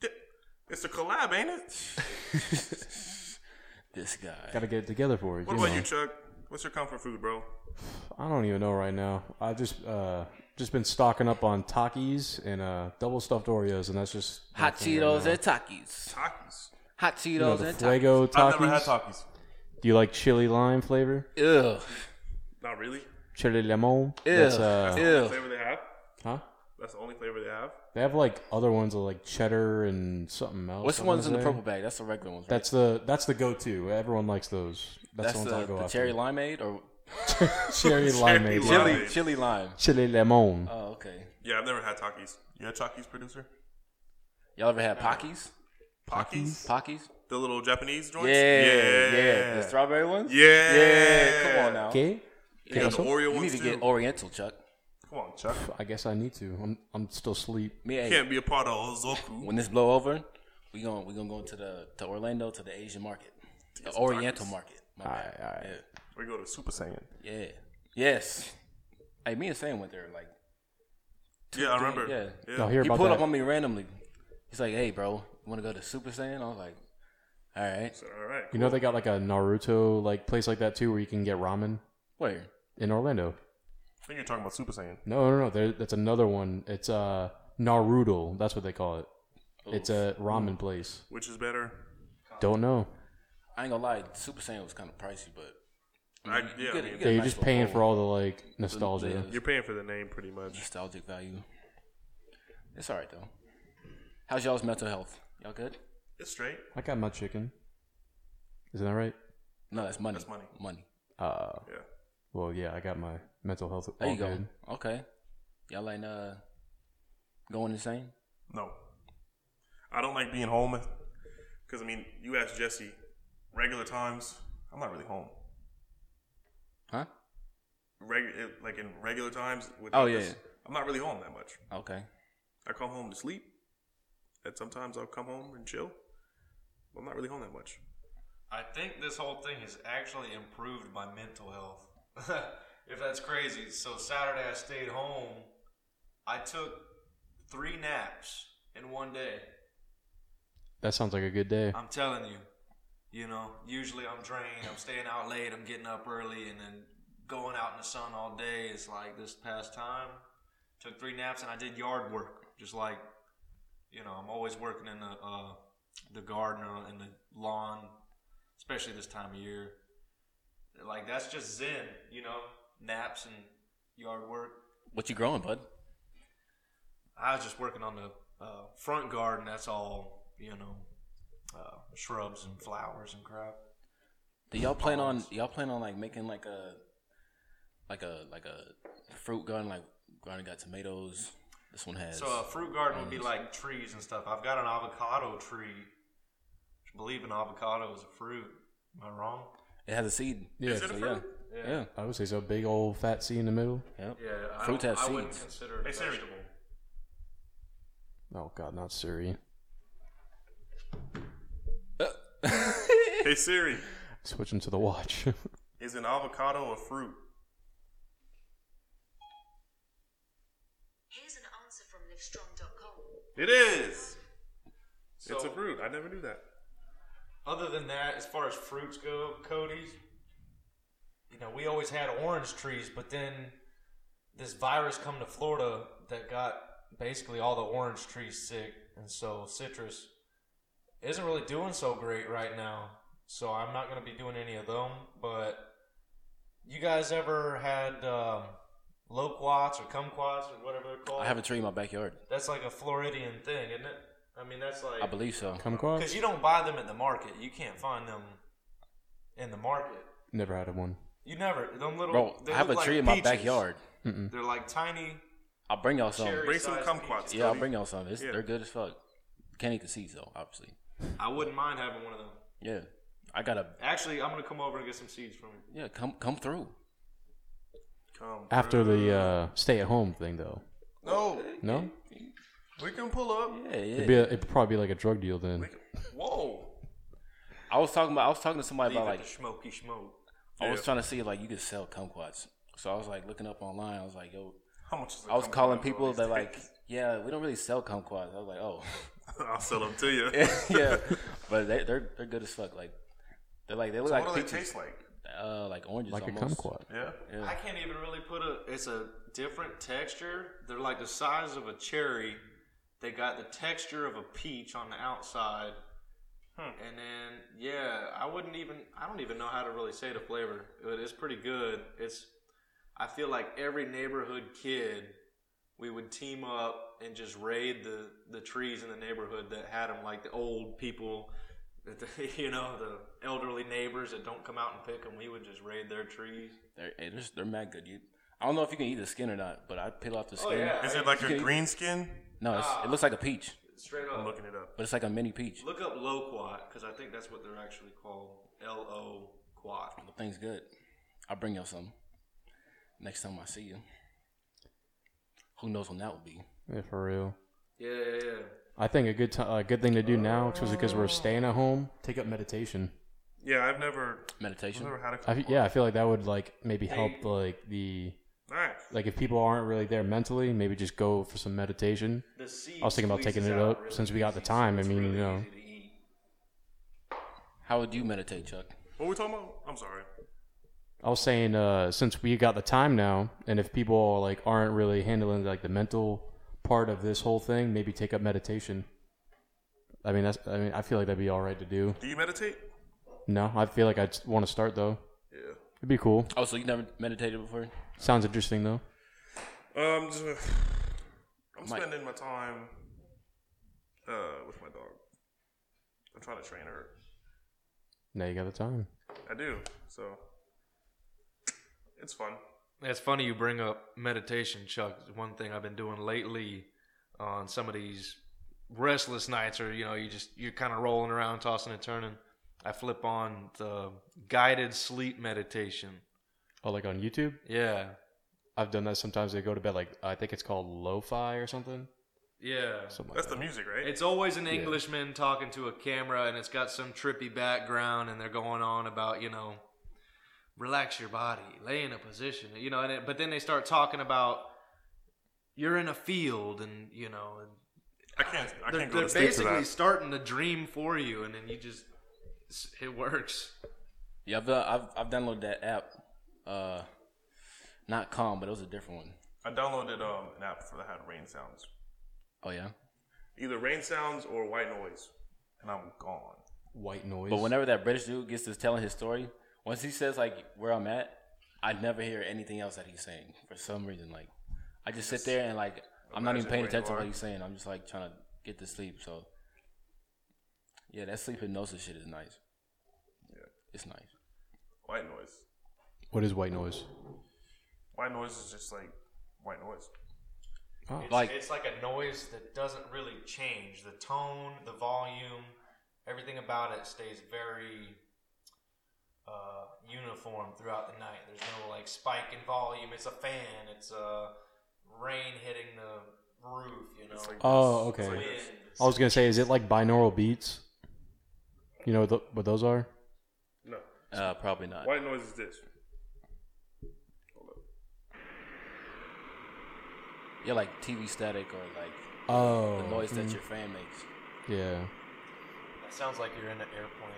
Speaker 2: Th- It's a collab, ain't it?
Speaker 3: this guy.
Speaker 4: Gotta get it together for it.
Speaker 2: What
Speaker 4: you
Speaker 2: about
Speaker 4: know.
Speaker 2: you, Chuck? What's your comfort food, bro?
Speaker 4: I don't even know right now. I just uh just been stocking up on Takis and uh double stuffed Oreos, and that's just
Speaker 3: Hot
Speaker 4: that's it right
Speaker 3: Cheetos
Speaker 4: now.
Speaker 3: and Takis.
Speaker 2: Takis.
Speaker 3: Hot
Speaker 4: You know,
Speaker 3: Cheetos
Speaker 4: the
Speaker 3: and Takis.
Speaker 4: Fuego Takis.
Speaker 2: I've never had Takis.
Speaker 4: Do you like chili lime flavor?
Speaker 3: Ugh.
Speaker 2: Not really.
Speaker 4: Chili lemon.
Speaker 3: Ew.
Speaker 4: That's, uh,
Speaker 3: Ew.
Speaker 2: Flavor they have.
Speaker 4: huh?
Speaker 2: That's the only flavor they have.
Speaker 4: They have like other ones with, like cheddar and something else.
Speaker 3: What's the
Speaker 4: I
Speaker 3: ones in
Speaker 4: wanna
Speaker 3: the
Speaker 4: say.
Speaker 3: purple bag? That's the regular ones. Right?
Speaker 4: That's the that's the go to. Everyone likes those. That's,
Speaker 3: That's
Speaker 4: the ones
Speaker 3: the,
Speaker 4: I go
Speaker 3: the
Speaker 4: after.
Speaker 3: cherry limeade or
Speaker 4: cherry limeade.
Speaker 2: lime.
Speaker 3: chili
Speaker 2: Limeade.
Speaker 3: chili lime.
Speaker 4: Chili lemon.
Speaker 3: Oh, okay.
Speaker 2: Yeah, I've never had Takis. You had Takis, producer?
Speaker 3: Y'all ever had Pockies?
Speaker 2: Takis?
Speaker 3: Pockies?
Speaker 2: The little Japanese
Speaker 3: Yeah,
Speaker 2: joints?
Speaker 3: yeah. The
Speaker 2: Yeah.
Speaker 3: strawberry ones?
Speaker 2: Yeah.
Speaker 3: Yeah. Come on now.
Speaker 4: Okay.
Speaker 2: You got the Oreo
Speaker 3: You
Speaker 2: ones
Speaker 3: need to
Speaker 2: too.
Speaker 3: get Oriental, Chuck.
Speaker 2: Come on, Chuck.
Speaker 4: I guess I need to. I'm I'm still asleep.
Speaker 3: Me, hey,
Speaker 2: Can't be a part of Ozoku.
Speaker 3: when this blow over, we going we gonna go to the to Orlando to the Asian market, the Oriental market. My bad.
Speaker 2: We go to Super Saiyan.
Speaker 3: Yeah. Yes. Hey, me and Sam went there. Like
Speaker 2: Yeah, I remember.
Speaker 3: yeah.
Speaker 2: Yeah.
Speaker 4: I'll hear
Speaker 3: he
Speaker 4: about
Speaker 3: pulled
Speaker 4: that.
Speaker 3: up on me randomly. He's like, "Hey, bro, you want to go to Super Saiyan?" I was like, "All right,
Speaker 2: So, all right.
Speaker 4: You know they got like a Naruto like place like that too, where you can get ramen
Speaker 3: where?"
Speaker 4: in Orlando.
Speaker 2: I think you're talking about Super Saiyan.
Speaker 4: No, no, no. There, that's another one. It's uh Naruto. That's what they call it.
Speaker 3: Oh,
Speaker 4: It's a ramen place.
Speaker 2: Which is better?
Speaker 4: Don't know.
Speaker 3: I ain't gonna lie, Super Saiyan was kind of pricey, but
Speaker 2: I, yeah, I mean,
Speaker 3: get- you
Speaker 4: Yeah,
Speaker 3: a
Speaker 4: you're
Speaker 3: nice
Speaker 4: just
Speaker 3: little
Speaker 4: paying
Speaker 3: bowl.
Speaker 4: for all the like nostalgia.
Speaker 3: the-
Speaker 2: you're paying for the name pretty much.
Speaker 3: nostalgic value. It's all right though. How's y'all's mental health? Y'all good?
Speaker 2: It's straight.
Speaker 4: I got my chicken. Isn't that right?
Speaker 3: No, that's money.
Speaker 2: That's money.
Speaker 3: Money.
Speaker 4: Uh,
Speaker 2: Yeah.
Speaker 4: well, yeah, I got my mental health.
Speaker 3: There
Speaker 4: all
Speaker 3: you go.
Speaker 4: good.
Speaker 3: Okay. Y'all ain't uh going insane?
Speaker 2: No. I don't like being home. Because, I mean, you ask Jesse, regular times, I'm not really home.
Speaker 3: Huh?
Speaker 2: Regu- eh, like in regular times, with
Speaker 3: Oh,
Speaker 2: this,
Speaker 3: yeah, yeah.
Speaker 2: I'm not really home that much.
Speaker 3: Okay.
Speaker 2: I come home to sleep, and sometimes I'll come home and chill. But I'm not really home that much.
Speaker 5: I think this whole thing has actually improved my mental health. if that's crazy. So Saturday I stayed home. I took three naps in one day.
Speaker 4: That sounds like a good day.
Speaker 5: I'm telling you. You know, usually I'm drained. I'm staying out late. I'm getting up early, and then going out in the sun all day. It's like this past time. Took three naps, and I did yard work. Just like, you know, I'm always working in the uh, the garden or in the lawn, especially this time of year. Like that's just zen, you know, naps and yard work.
Speaker 3: What you growing, bud?
Speaker 5: I was just working on the uh, front garden. That's all, you know, uh, shrubs and flowers and crap.
Speaker 3: Do y'all plan on y'all plan on like making like a like a like a fruit garden like garden got tomatoes. This one has
Speaker 5: So a
Speaker 2: uh,
Speaker 5: fruit garden would be like trees and stuff. I've got an avocado tree. I believe an avocado is a fruit. Am I wrong?
Speaker 3: it has a seed.
Speaker 4: Yeah,
Speaker 2: Is it
Speaker 3: So
Speaker 2: a
Speaker 3: yeah.
Speaker 2: fruit?
Speaker 3: Yeah.
Speaker 4: I would say so. Big old fat C in the middle.
Speaker 3: yeah.
Speaker 5: Yeah,
Speaker 3: Fruit has
Speaker 5: I wouldn't
Speaker 3: seeds.
Speaker 5: consider it a
Speaker 2: Hey, Siri.
Speaker 5: vegetable.
Speaker 4: Oh God, not Siri.
Speaker 2: hey Siri,
Speaker 4: Switching to the watch.
Speaker 2: is an avocado a fruit?
Speaker 7: Here's an answer from livestrong.com.
Speaker 2: It is.
Speaker 5: So
Speaker 2: it's a fruit. I never knew that.
Speaker 5: other than that, as far as fruits go, Cody's, you know, we always had orange trees, but then this virus come to Florida that got basically all the orange trees sick, and so citrus isn't really doing so great right now. So I'm not going to be doing any of them. But you guys ever had um, loquats or kumquats or whatever they're called?
Speaker 3: I have a tree in my backyard.
Speaker 5: That's like a Floridian thing, isn't it? I mean, that's like
Speaker 3: I believe so.
Speaker 4: Kumquat.
Speaker 5: because you don't buy them at the market. You can't find them in the market.
Speaker 4: Never had one.
Speaker 5: You never. Them little.
Speaker 3: Bro,
Speaker 5: they
Speaker 3: I have a
Speaker 5: look like
Speaker 3: tree in my
Speaker 5: peaches.
Speaker 3: backyard.
Speaker 5: They're like tiny.
Speaker 3: I'll bring y'all some.
Speaker 5: Cherry.
Speaker 2: Bring some
Speaker 5: Size
Speaker 2: kumquats.
Speaker 3: Yeah, I'll
Speaker 2: Cody.
Speaker 3: bring y'all some. It's,
Speaker 2: Yeah.
Speaker 3: They're good as fuck. Can't eat the seeds though, obviously.
Speaker 5: I wouldn't mind having one of them.
Speaker 3: Yeah, I gotta.
Speaker 5: Actually, I'm gonna come over and get some seeds from you.
Speaker 3: Yeah, come come through.
Speaker 2: Come
Speaker 4: After
Speaker 2: through.
Speaker 4: the uh, stay-at-home thing, though.
Speaker 2: no,
Speaker 4: No,
Speaker 2: we can pull up.
Speaker 3: Yeah, yeah.
Speaker 4: it'd, be a, it'd probably be like a drug deal then.
Speaker 2: We can, whoa.
Speaker 3: I was talking about. I was talking to somebody
Speaker 5: Leave
Speaker 3: about
Speaker 5: it
Speaker 3: like.
Speaker 5: to smoky smoke.
Speaker 3: I was
Speaker 2: Yeah.
Speaker 3: trying to see like you could sell kumquats So I was like looking up online. I was like, yo,
Speaker 2: How much is it?
Speaker 3: I was calling people that like, yeah, we don't really sell kumquats. I was like, oh,
Speaker 2: I'll sell them to you.
Speaker 3: yeah, but they, they're they're good as fuck. Like they're like they look
Speaker 2: So
Speaker 3: like
Speaker 2: what do they
Speaker 3: peaches.
Speaker 2: taste like?
Speaker 3: Uh, like oranges,
Speaker 4: like a
Speaker 3: almost.
Speaker 4: kumquat.
Speaker 2: Yeah.
Speaker 3: Yeah.
Speaker 5: I can't even really put a. It's a different texture. They're like the size of a cherry. They got the texture of a peach on the outside. And then yeah, I wouldn't even. I don't even know how to really say the flavor. But it's pretty good. It's. I feel like every neighborhood kid, we would team up and just raid the the trees in the neighborhood that had them, like the old people. that the- You know the elderly neighbors that don't come out and pick them. We would just raid their trees.
Speaker 3: They're, hey, they're they're mad good. You, I don't know if you can eat the skin or not, but I peel off the skin.
Speaker 2: Is it like a
Speaker 3: Okay.
Speaker 2: green skin?
Speaker 3: No, it's, it looks like a peach,
Speaker 5: Straight
Speaker 2: I'm
Speaker 5: up.
Speaker 2: looking it up.
Speaker 3: but it's like a mini peach.
Speaker 5: Look up loquat because I think that's what they're actually called. L O quat.
Speaker 3: The thing's good. I'll bring y'all some next time I see you. Who knows when that will be?
Speaker 4: Yeah, for real.
Speaker 5: Yeah, yeah, yeah.
Speaker 4: I think a good ti- a good thing to do now, especially because we're staying at home, take up meditation.
Speaker 2: Yeah, I've never, I've
Speaker 3: Meditation.
Speaker 2: never had a.
Speaker 4: I, f-
Speaker 2: kumquat.
Speaker 4: yeah, I feel like that would like maybe help like the
Speaker 2: All right.
Speaker 4: like if people aren't really there mentally, maybe just go for some meditation.
Speaker 5: The seed
Speaker 4: I was thinking about
Speaker 5: squeezes
Speaker 4: taking it
Speaker 5: out
Speaker 4: up
Speaker 5: really
Speaker 4: since we got the
Speaker 5: easy, so
Speaker 4: time. I
Speaker 5: it's
Speaker 4: mean,
Speaker 5: really
Speaker 4: you know.
Speaker 5: easy to eat.
Speaker 3: How would you meditate, Chuck?
Speaker 2: What are we talking about? I'm sorry.
Speaker 4: I was saying uh, since we got the time now, and if people like aren't really handling like the mental part of this whole thing, maybe take up meditation. I mean, that's I mean, I feel like that'd be all right to do.
Speaker 2: Do you meditate?
Speaker 4: No, I feel like I'd want to start though.
Speaker 2: Yeah.
Speaker 4: It'd be cool.
Speaker 3: Oh, so you never meditated before?
Speaker 4: Sounds interesting though.
Speaker 2: Um, just, I'm
Speaker 3: Mike.
Speaker 2: spending my time uh, with my dog. I'm trying to train her.
Speaker 4: Now you got the time.
Speaker 2: I do, so it's fun.
Speaker 8: It's funny you bring up meditation, Chuck. One thing I've been doing lately on some of these restless nights, or you know, you just you're kind of rolling around, tossing and turning. I flip on the guided sleep meditation.
Speaker 4: Oh, like on YouTube?
Speaker 8: Yeah,
Speaker 4: I've done that sometimes. They go to bed like I think it's called lo-fi or something.
Speaker 8: yeah.
Speaker 4: Something like
Speaker 2: That's
Speaker 4: that.
Speaker 2: the music, right?
Speaker 8: It's always an Englishman talking to a camera, and it's got some trippy background, and they're going on about you know, relax your body, lay in a position, you know. And it, but then they start talking about you're in a field, and you know, and
Speaker 2: I can't. I
Speaker 8: they're,
Speaker 2: can't go
Speaker 8: they're
Speaker 2: to sleep to
Speaker 8: basically
Speaker 2: that.
Speaker 8: starting the dream for you, and then you just s- it works.
Speaker 3: Yeah, I've, uh, I've I've downloaded that app. Uh, not Calm, but it was a different one.
Speaker 2: I downloaded um, an app for that had rain sounds,
Speaker 3: Oh yeah.
Speaker 2: either rain sounds or white noise, and I'm gone.
Speaker 4: white noise.
Speaker 3: But whenever that British dude gets to telling his story, once he says like where I'm at, I never hear anything else that he's saying for some reason. Like I just sit there and like I'm not even
Speaker 2: Imagine
Speaker 3: paying
Speaker 2: where you
Speaker 3: attention to
Speaker 2: are.
Speaker 3: what he's saying. I'm just like trying to get to sleep. So yeah, that sleep hypnosis shit is nice. Yeah, it's nice.
Speaker 2: White noise.
Speaker 4: what is white noise?
Speaker 2: White noise is just like white noise.
Speaker 4: Oh,
Speaker 3: Like
Speaker 5: It's like a noise that doesn't really change. The tone, the volume, everything about it stays very uh, uniform throughout the night. There's no like spike in volume. It's a fan. It's uh, rain hitting the roof. You know.
Speaker 4: Oh, okay. I was gonna say, is it like binaural beats? You know what, th what those are?
Speaker 2: No,
Speaker 3: uh, probably not.
Speaker 2: white noise is this. Hold up.
Speaker 3: Yeah, like TV static or like
Speaker 4: Oh,
Speaker 3: the noise that
Speaker 4: mm,
Speaker 3: your fan makes.
Speaker 4: yeah.
Speaker 5: That sounds like you're in an airplane.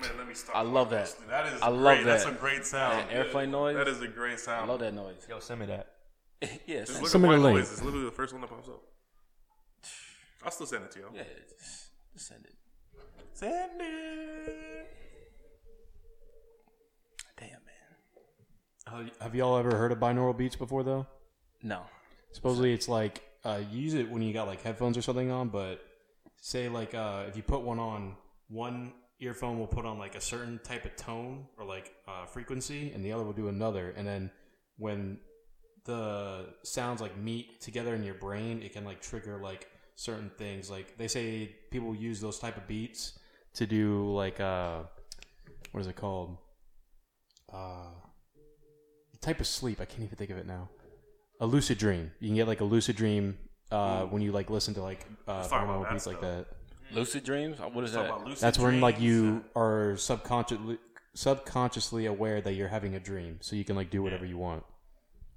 Speaker 2: Man, let me stop.
Speaker 3: I love that.
Speaker 2: Honestly, That is.
Speaker 3: I
Speaker 2: great.
Speaker 3: love
Speaker 2: That's a
Speaker 3: that.
Speaker 2: great sound.
Speaker 3: That airplane noise.
Speaker 2: That is a great
Speaker 3: I
Speaker 2: sound.
Speaker 3: love that noise.
Speaker 5: Yo, send me that.
Speaker 3: yeah, it's
Speaker 2: Just
Speaker 3: nice.
Speaker 2: look
Speaker 4: Send me
Speaker 2: at
Speaker 4: the
Speaker 2: white
Speaker 4: link.
Speaker 2: noise. It's literally the first one that pops up. I'll still send it to you.
Speaker 3: yeah, just just send it.
Speaker 2: Send it.
Speaker 3: Damn man.
Speaker 4: Have y'all ever heard of binaural beats before though?
Speaker 3: No.
Speaker 4: Supposedly it's like uh, you use it when you got like headphones or something on, but say like uh, if you put one on, one earphone will put on like a certain type of tone or like uh, frequency, and the other will do another. And then when the sounds like meet together in your brain, it can like trigger like certain things. Like they say people use those type of beats to do like uh, what is it called? Uh, type of sleep. I can't even think of it now a lucid dream. You can get like a lucid dream uh, when you like listen to like uh,
Speaker 2: Let's talk about
Speaker 4: paranormal
Speaker 2: that
Speaker 4: beats like
Speaker 2: stuff.
Speaker 4: that.
Speaker 3: Lucid dreams? Uh, What is
Speaker 2: Talk
Speaker 3: that?
Speaker 2: about lucid
Speaker 4: That's when like
Speaker 2: dreams
Speaker 4: you
Speaker 2: and-
Speaker 4: are subconsciously subconsciously aware that you're having a dream, so you can like do whatever you want.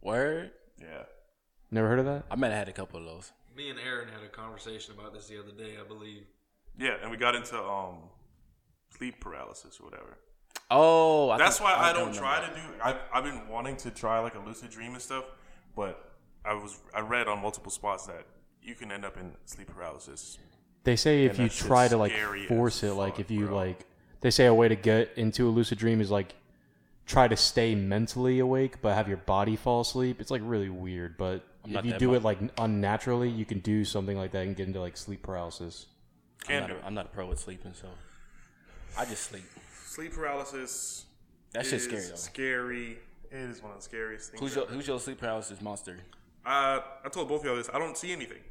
Speaker 3: Word?
Speaker 2: Yeah.
Speaker 4: Never heard of that?
Speaker 3: I might have had a couple of those.
Speaker 8: Me and Aaron had a conversation about this the other day, I believe.
Speaker 2: Yeah, and we got into um sleep paralysis or whatever.
Speaker 3: Oh, I
Speaker 2: That's
Speaker 3: think-
Speaker 2: why I don't
Speaker 3: remember.
Speaker 2: try to do. I've I've been wanting to try like a lucid dream and stuff, but I was I read on multiple spots that you can end up in sleep paralysis.
Speaker 4: They say if
Speaker 2: And
Speaker 4: you
Speaker 2: that shit's
Speaker 4: try to like
Speaker 2: scary as
Speaker 4: force it, like
Speaker 2: fuck,
Speaker 4: if you
Speaker 2: bro.
Speaker 4: like, they say a way to get into a lucid dream is like try to stay mentally awake but have your body fall asleep. It's like really weird, but
Speaker 3: not
Speaker 4: if you
Speaker 3: that
Speaker 4: do
Speaker 3: mu-
Speaker 4: it like unnaturally, you can do something like that and get into like sleep paralysis.
Speaker 2: Can
Speaker 3: I'm
Speaker 2: do.
Speaker 3: not, I'm not a pro at sleeping, so I just sleep.
Speaker 2: Sleep paralysis.
Speaker 3: That
Speaker 2: is
Speaker 3: shit's scary though.
Speaker 2: Scary. It is one of the scariest things.
Speaker 3: Who's your
Speaker 2: ever.
Speaker 3: Who's your sleep paralysis monster?
Speaker 2: Uh, I told both of y'all this. I don't see anything.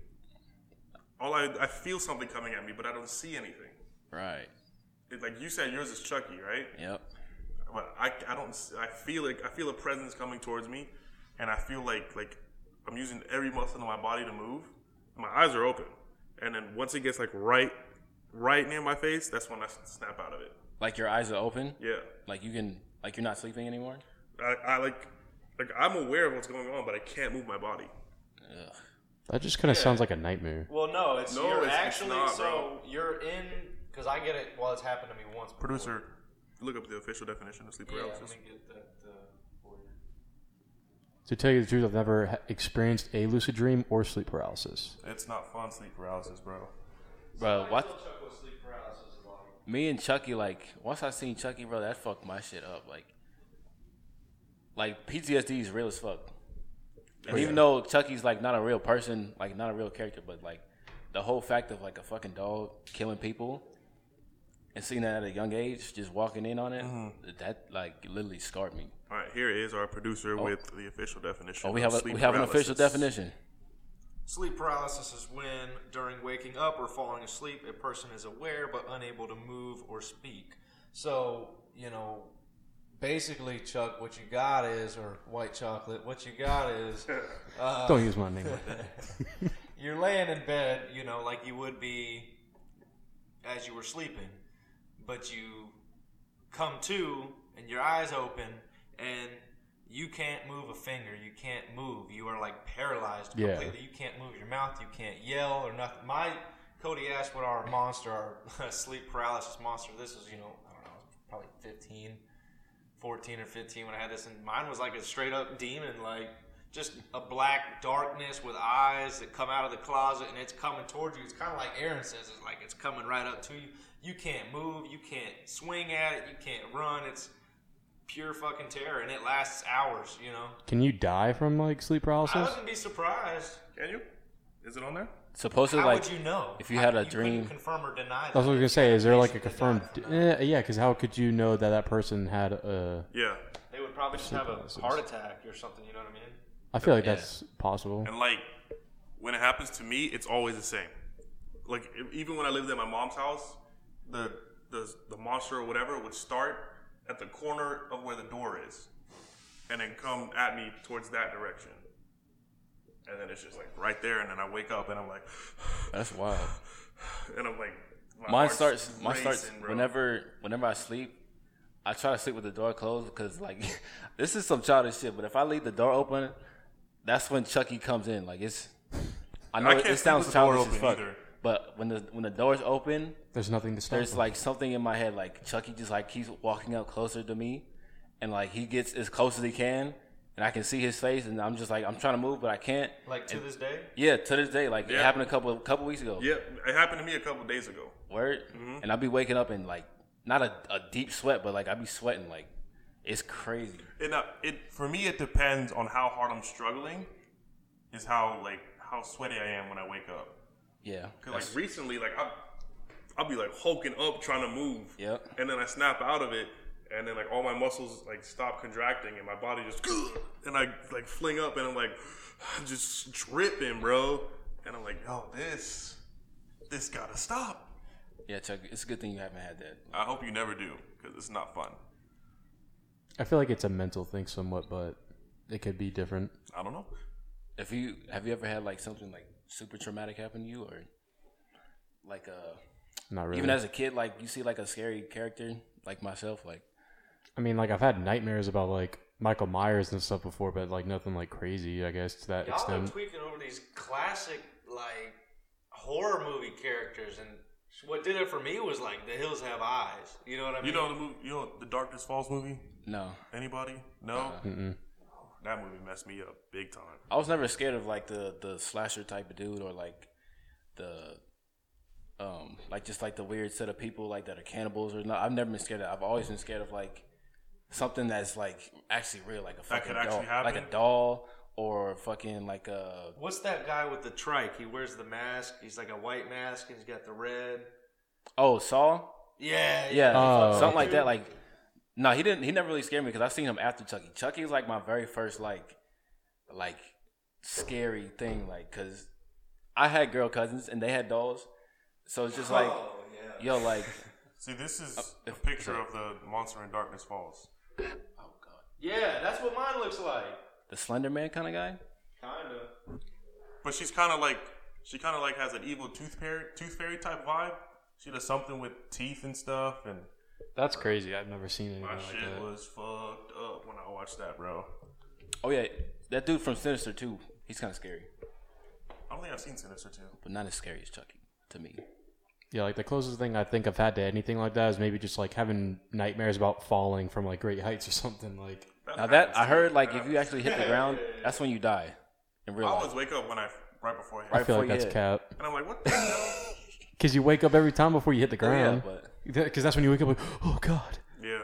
Speaker 2: All I I feel something coming at me, but I don't see anything.
Speaker 3: Right.
Speaker 2: It, like you said, yours is Chucky, right?
Speaker 3: Yep.
Speaker 2: But I, I don't s- I feel like I feel a presence coming towards me, and I feel like like I'm using every muscle in my body to move. My eyes are open, and then once it gets like right right near my face, that's when I s- snap out of it.
Speaker 3: Like your eyes are open.
Speaker 2: Yeah,
Speaker 3: Like you can. Like you're not sleeping anymore.
Speaker 2: I, I like like I'm aware of what's going on, but I can't move my body.
Speaker 3: Ugh.
Speaker 4: That just kind of sounds like a nightmare.
Speaker 5: Well, no, it's
Speaker 2: No,
Speaker 5: you're
Speaker 2: it's- it's
Speaker 5: actually
Speaker 2: not,
Speaker 5: so
Speaker 2: bro.
Speaker 5: you're in because I get it. Well, it's happened to me once. before.
Speaker 2: Producer, look up the official definition of sleep
Speaker 5: Yeah,
Speaker 2: paralysis.
Speaker 5: let me get that. Uh, for you.
Speaker 4: To tell you the truth, I've never ha- experienced a lucid dream or sleep paralysis.
Speaker 2: It's not fun sleep paralysis, bro.
Speaker 3: Bro, what? Me and Chucky, like, once I seen Chucky, bro, that fucked my shit up. Like, like PTSD is real as fuck.
Speaker 2: Oh,
Speaker 3: And even though Chucky's like not a real person, like not a real character, but like the whole fact of like a fucking dog killing people and seeing that at a young age, just walking in on it,
Speaker 2: Mm-hmm.
Speaker 3: that like literally scarred me.
Speaker 2: All right, here is our producer with the official definition.
Speaker 3: Oh, we
Speaker 2: of
Speaker 3: have a,
Speaker 2: sleep
Speaker 3: we have an
Speaker 2: paralysis.
Speaker 3: official definition.
Speaker 5: Sleep paralysis is when, during waking up or falling asleep, a person is aware but unable to move or speak. So, you know, basically, Chuck, what you got is, or white chocolate, what you got is,
Speaker 2: Uh.
Speaker 4: don't use my name like that.
Speaker 5: you're laying in bed, you know, like you would be as you were sleeping, but you come to and your eyes open and you can't move a finger. You can't move. You are like paralyzed
Speaker 4: Yeah.
Speaker 5: completely. You can't move your mouth. You can't yell or nothing. My Cody asked what our monster, our sleep paralysis monster. This was, you know, I don't know, probably 15, 14 or 15 when I had this, and mine was like a straight up demon, like just a black darkness with eyes that come out of the closet and it's coming towards you. It's kind of like Aaron says, it's like it's coming right up to you. You can't move, you can't swing at it, you can't run. It's pure fucking terror, and it lasts hours, you know?
Speaker 4: Can you die from like sleep
Speaker 5: I
Speaker 4: paralysis?
Speaker 5: wouldn't be surprised.
Speaker 2: Can you? Is it on there?
Speaker 3: Supposedly,
Speaker 5: How
Speaker 3: like,
Speaker 5: would you know?
Speaker 3: if you
Speaker 5: How
Speaker 3: had
Speaker 5: could-
Speaker 3: a
Speaker 5: couldn't
Speaker 3: dream-
Speaker 5: confirm or deny
Speaker 4: That's
Speaker 5: that.
Speaker 4: what I was gonna say. Is there like a
Speaker 5: Patient that
Speaker 4: confirmed?
Speaker 5: died from that.
Speaker 4: Eh, yeah, because how could you know that that person had a?
Speaker 2: Yeah.
Speaker 5: They would probably just have a
Speaker 4: paralysis.
Speaker 5: heart attack or something, you know what I mean?
Speaker 4: I feel like
Speaker 3: Yeah.
Speaker 4: that's possible.
Speaker 2: And like, when it happens to me, it's always the same. Like e- even when I lived at my mom's house, the the the monster or whatever would start at the corner of where the door is, and then come at me towards that direction. And then it's just like right there, and then I wake up and I'm like,
Speaker 3: that's wild.
Speaker 2: and I'm like, my
Speaker 3: Mine
Speaker 2: heart's
Speaker 3: starts. Mine starts
Speaker 2: racing, bro.
Speaker 3: whenever whenever I sleep. I try to sleep with the door closed because like this is some childish shit. But if I leave the door open, that's when Chucky comes in. Like it's. I know
Speaker 2: I
Speaker 3: it,
Speaker 2: can't
Speaker 3: it sounds
Speaker 2: sleep with the door
Speaker 3: childish as
Speaker 2: open
Speaker 3: fuck,
Speaker 2: either.
Speaker 3: but when the when the door's open,
Speaker 4: There's nothing to stop.
Speaker 3: there's
Speaker 4: them.
Speaker 3: like something in my head. Like Chucky just like keeps walking up closer to me, and like he gets as close as he can, and I can see his face, and I'm just like I'm trying to move, but I can't.
Speaker 5: Like to this day?
Speaker 3: Yeah, to this day, like it
Speaker 2: Yeah.
Speaker 3: happened a couple couple weeks ago.
Speaker 2: Yeah, it happened to me a couple days ago.
Speaker 3: Word. And I'd be waking up in like not a, a deep sweat, but like I'd be sweating like it's crazy.
Speaker 2: It, uh, it for me, it depends on how hard I'm struggling, is how like how sweaty I am when I wake up.
Speaker 3: Yeah.
Speaker 2: Cause like recently, like I, I'll be like hulking up trying to move.
Speaker 3: Yep.
Speaker 2: And then I snap out of it, and then like all my muscles like stop contracting, and my body just and I like fling up, and I'm like just dripping, bro. And I'm like, yo, this, this gotta stop.
Speaker 3: Yeah, Chuck, it's a good thing you haven't had that.
Speaker 2: I hope you never do, cause it's not fun.
Speaker 4: I feel like it's a mental thing somewhat, but it could be different.
Speaker 2: I don't know.
Speaker 3: If you have you ever had like something like super traumatic happen to you or like uh
Speaker 4: Not really.
Speaker 3: even as a kid, like you see like a scary character like myself, like
Speaker 4: I mean, like I've had nightmares about like Michael Myers and stuff before, but like nothing like crazy, I guess, to that
Speaker 5: Y'all are
Speaker 4: extent.
Speaker 5: tweaking over these classic like horror movie characters, and what did it for me was like The Hills Have Eyes. You know what I mean?
Speaker 2: You know the movie, you know the Darkness Falls movie?
Speaker 3: No,
Speaker 2: Anybody? No. That movie messed me up big time.
Speaker 3: I was never scared of like the the slasher type of dude or like the um like just like the weird set of people like that are cannibals or not. I've never been scared of. I've always been scared of like something that's like actually real, like a fucking
Speaker 2: could actually
Speaker 3: doll, like
Speaker 2: happen?
Speaker 3: a doll or fucking like uh, a
Speaker 5: What's that guy with the trike? He wears the mask. He's like a white mask, and he's got the red.
Speaker 3: oh Saw.
Speaker 5: Yeah,
Speaker 3: Yeah,
Speaker 4: Oh.
Speaker 3: something like that. Like, no, he didn't. He never really scared me because I seen him after Chucky. Chucky was like my very first like, like scary thing. Like, cause I had girl cousins and they had dolls, so it's just like,
Speaker 5: Oh yeah.
Speaker 3: yo, like,
Speaker 2: See, this is a picture of the monster in Darkness Falls.
Speaker 3: oh god,
Speaker 5: Yeah, that's what mine looks like.
Speaker 3: the Slender Man kind of guy.
Speaker 5: Kinda.
Speaker 2: But she's kind of like she kind of like has an evil tooth fairy, tooth fairy type vibe. She does something with teeth and stuff, and
Speaker 4: That's crazy. I've never seen anything
Speaker 2: my
Speaker 4: like
Speaker 2: shit
Speaker 4: that.
Speaker 2: was fucked up when I watched that, bro.
Speaker 3: Oh yeah, that dude from Sinister too. He's kind of scary,
Speaker 2: I don't think I've seen Sinister two.
Speaker 3: but not as scary as Chucky to me.
Speaker 4: Yeah, like the closest thing I think I've had to anything like that is maybe just like having nightmares about falling from like great heights or something. Like,
Speaker 3: Now that
Speaker 2: happens
Speaker 3: I
Speaker 2: to
Speaker 3: heard,
Speaker 2: me.
Speaker 3: like,
Speaker 2: That
Speaker 3: if you
Speaker 2: happens.
Speaker 3: actually hit the ground, that's when you die in real
Speaker 2: I
Speaker 3: life.
Speaker 2: always wake up when I right before I hit,
Speaker 4: I feel
Speaker 3: before
Speaker 4: like
Speaker 3: you
Speaker 4: that's
Speaker 3: hit.
Speaker 4: cap
Speaker 2: and I'm like, what the hell?
Speaker 4: because you wake up every time before you hit the
Speaker 3: Oh, Yeah,
Speaker 4: ground.
Speaker 3: but
Speaker 4: Because that's when you wake up like, oh god.
Speaker 2: Yeah.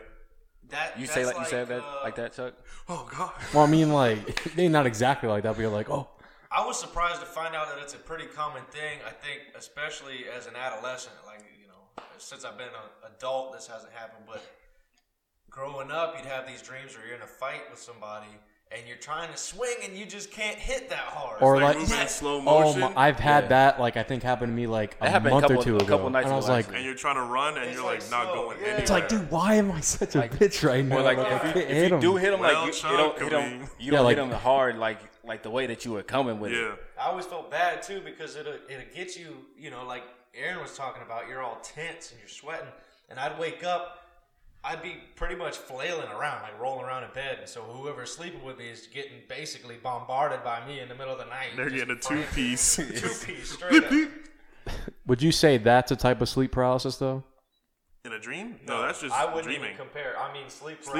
Speaker 5: That
Speaker 3: you
Speaker 5: that's
Speaker 3: say like,
Speaker 5: like
Speaker 3: you said that
Speaker 5: uh,
Speaker 3: like that, Chuck.
Speaker 2: Oh god.
Speaker 4: Well, I mean, like maybe not exactly like that, but you're like, oh,
Speaker 5: I was surprised to find out that it's a pretty common thing. I think, especially as an adolescent, like you know, since I've been an adult, this hasn't happened. But growing up, you'd have these dreams where you're in a fight with somebody and you're trying to swing and you just can't hit that hard.
Speaker 4: or
Speaker 2: Like
Speaker 4: like,
Speaker 2: moving in slow
Speaker 4: oh,
Speaker 2: motion,
Speaker 4: my, I've had
Speaker 3: Yeah.
Speaker 4: that. Like I think happened to me like a
Speaker 3: happened a
Speaker 4: month
Speaker 3: couple-
Speaker 4: or two
Speaker 3: a
Speaker 4: ago,
Speaker 3: couple nights
Speaker 4: and I was
Speaker 3: ago,
Speaker 4: like,
Speaker 2: and you're trying to run, and
Speaker 5: It's
Speaker 2: you're
Speaker 5: like
Speaker 2: like, not
Speaker 5: slow,
Speaker 2: going
Speaker 5: yeah.
Speaker 2: anywhere.
Speaker 4: it's like, dude, why am I such a bitch right now?
Speaker 3: Or like
Speaker 4: I
Speaker 3: if you,
Speaker 4: can't
Speaker 3: if you
Speaker 4: him.
Speaker 3: do hit him, like
Speaker 2: Well,
Speaker 3: you, you don't,
Speaker 2: Chuck, I
Speaker 3: you don't,
Speaker 2: mean.
Speaker 3: you
Speaker 4: Yeah,
Speaker 3: don't
Speaker 4: like-
Speaker 3: hit him hard like like the way that you were coming with
Speaker 2: yeah.
Speaker 3: it.
Speaker 5: I always felt bad too because it'll it'll get you, you know, like Aaron was talking about, you're all tense and you're sweating. And I'd wake up, I'd be pretty much flailing around, like rolling around in bed. And so whoever's sleeping with me is getting basically bombarded by me in the middle of the night.
Speaker 2: They're
Speaker 5: Just
Speaker 2: getting a two
Speaker 5: frantic.
Speaker 2: piece.
Speaker 5: two piece straight up.
Speaker 4: Would you say that's a type of sleep paralysis though?
Speaker 2: In a dream? No, that's just
Speaker 5: I wouldn't
Speaker 2: dreaming.
Speaker 5: even compare. I mean, sleep
Speaker 2: Sleep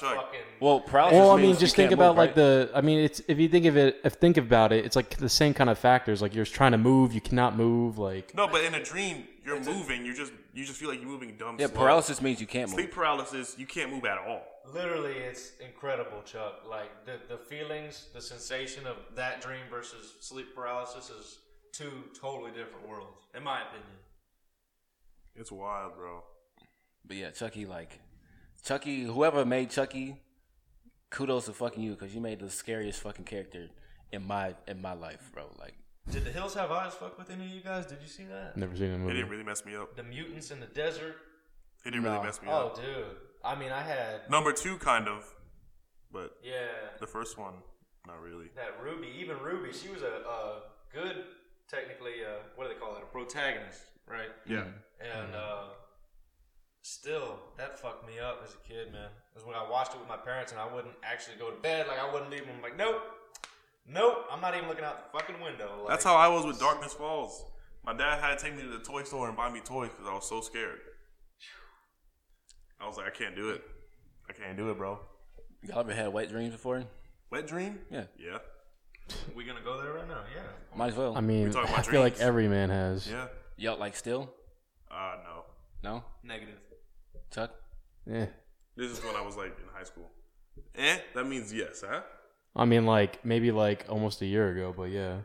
Speaker 2: paralysis, Chuck.
Speaker 5: fucking.
Speaker 3: Well, paralysis.
Speaker 4: Well, I
Speaker 3: means
Speaker 4: mean,
Speaker 3: you
Speaker 4: just think
Speaker 3: can't
Speaker 4: about
Speaker 3: move,
Speaker 4: like
Speaker 3: right?
Speaker 4: the. I mean, it's if you think of it, if think about it, it's like the same kind of factors. Like you're just trying to move, you cannot move. Like
Speaker 2: no, but in a dream, you're moving. you just you just feel like you're moving dumb.
Speaker 3: yeah.
Speaker 2: slow.
Speaker 3: Paralysis means you can't move.
Speaker 2: Sleep paralysis. You can't move at all.
Speaker 5: Literally, it's incredible, Chuck. Like the the feelings, the sensation of that dream versus sleep paralysis is two totally different worlds, in my opinion.
Speaker 2: It's wild, bro.
Speaker 3: But yeah, Chucky, like Chucky, whoever made Chucky, kudos to fucking you because you made the scariest fucking character in my in my life, bro. Like
Speaker 5: Did the Hills Have Eyes fuck with any of you guys? Did you see that?
Speaker 4: never seen a
Speaker 2: It
Speaker 4: movie.
Speaker 3: Mm-hmm.
Speaker 2: didn't really mess me up.
Speaker 5: The mutants in the desert.
Speaker 2: It didn't
Speaker 3: No.
Speaker 2: really mess me
Speaker 5: Oh,
Speaker 2: up.
Speaker 5: dude. I mean, I had
Speaker 2: Number two, kind of, but
Speaker 5: yeah.
Speaker 2: the first one, not really.
Speaker 5: That Ruby, even Ruby, she was a, a good, technically, uh, what do they call it? A protagonist, right?
Speaker 2: Yeah.
Speaker 5: And uh, still, that fucked me up as a kid, man. Because when I watched it with my parents and I wouldn't actually go to bed, like I wouldn't leave them. I'm like, nope, nope, I'm not even looking out the fucking window. Like,
Speaker 2: That's how I was with Darkness Falls. My dad had to take me to the toy store and buy me toys because I was so scared. I was like, I can't do it. I can't do it, bro.
Speaker 3: y'all ever had wet dreams before?
Speaker 2: Wet dream?
Speaker 3: Yeah.
Speaker 2: Yeah.
Speaker 5: we're gonna go there right now. Yeah.
Speaker 3: Might as well.
Speaker 4: I mean,
Speaker 2: talking about
Speaker 4: I feel like
Speaker 2: dreams.
Speaker 4: every man has.
Speaker 2: Yeah.
Speaker 3: y'all like still?
Speaker 2: Uh, no.
Speaker 3: No,
Speaker 5: Negative.
Speaker 3: Chuck.
Speaker 4: Eh.
Speaker 2: This is when I was like in high school. Eh? That means yes, huh?
Speaker 4: I mean, like maybe like almost a year ago, but yeah.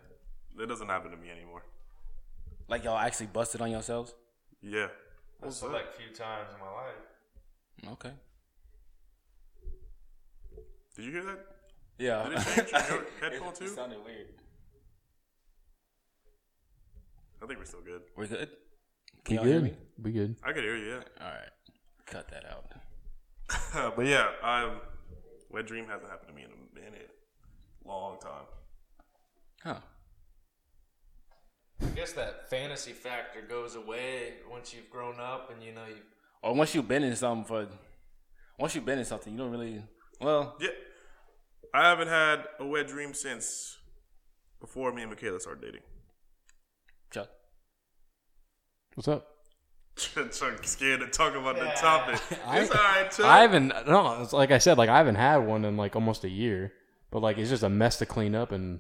Speaker 2: That doesn't happen to me anymore.
Speaker 3: Like y'all actually busted on yourselves?
Speaker 2: Yeah.
Speaker 5: A select few times in my life.
Speaker 3: Okay.
Speaker 2: Did you hear that?
Speaker 3: Yeah.
Speaker 2: Did it change your headphone too?
Speaker 3: sounded weird.
Speaker 2: I think we're still good.
Speaker 3: We're good. Can
Speaker 4: We
Speaker 3: y'all hear
Speaker 4: good.
Speaker 3: me?
Speaker 4: We good.
Speaker 2: I could hear you,
Speaker 3: All right, cut that out.
Speaker 2: yeah. but yeah, um, wet dream hasn't happened to me in a minute. Long time.
Speaker 3: Huh?
Speaker 5: I guess that fantasy factor goes away once you've grown up and you know you
Speaker 3: Or once you've been in something for, once you've been in something, you don't really Well,
Speaker 2: Yeah. I haven't had a wet dream since before me and Michaela started dating.
Speaker 3: Chuck.
Speaker 4: What's up?
Speaker 2: Chuck scared to talk about the topic. it's all right, Chuck.
Speaker 4: I haven't. No, it's like I said, like I haven't had one in like almost a year. But like it's just a mess to clean up, and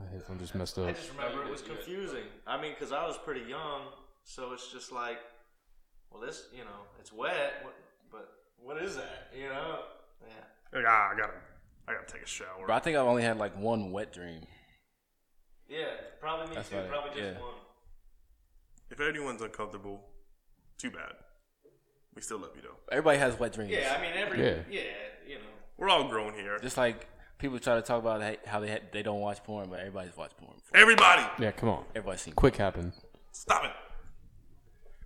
Speaker 4: my headphone just messed
Speaker 5: I
Speaker 4: up.
Speaker 5: just remember it was confusing. I mean, because I was pretty young, so it's just like, well, this, you know, it's wet, what, but what is that, you know? Yeah.
Speaker 2: Like, ah, I gotta, I gotta take a shower.
Speaker 3: But I think I've only had like one wet dream.
Speaker 5: Yeah, probably me
Speaker 3: That's
Speaker 5: too.
Speaker 3: about it,
Speaker 5: Probably just
Speaker 3: yeah.
Speaker 5: one.
Speaker 2: If anyone's uncomfortable, too bad. We still love you though.
Speaker 3: Everybody has wet dreams.
Speaker 5: Yeah, I mean, every,
Speaker 4: Yeah.
Speaker 5: yeah, you know.
Speaker 2: We're all grown here.
Speaker 3: Just like people try to talk about ha- how they ha- they don't watch porn, but everybody's watched porn. Before.
Speaker 2: Everybody,
Speaker 4: Yeah, come on,
Speaker 3: Everybody's seen.
Speaker 4: quick happen.
Speaker 2: stop it.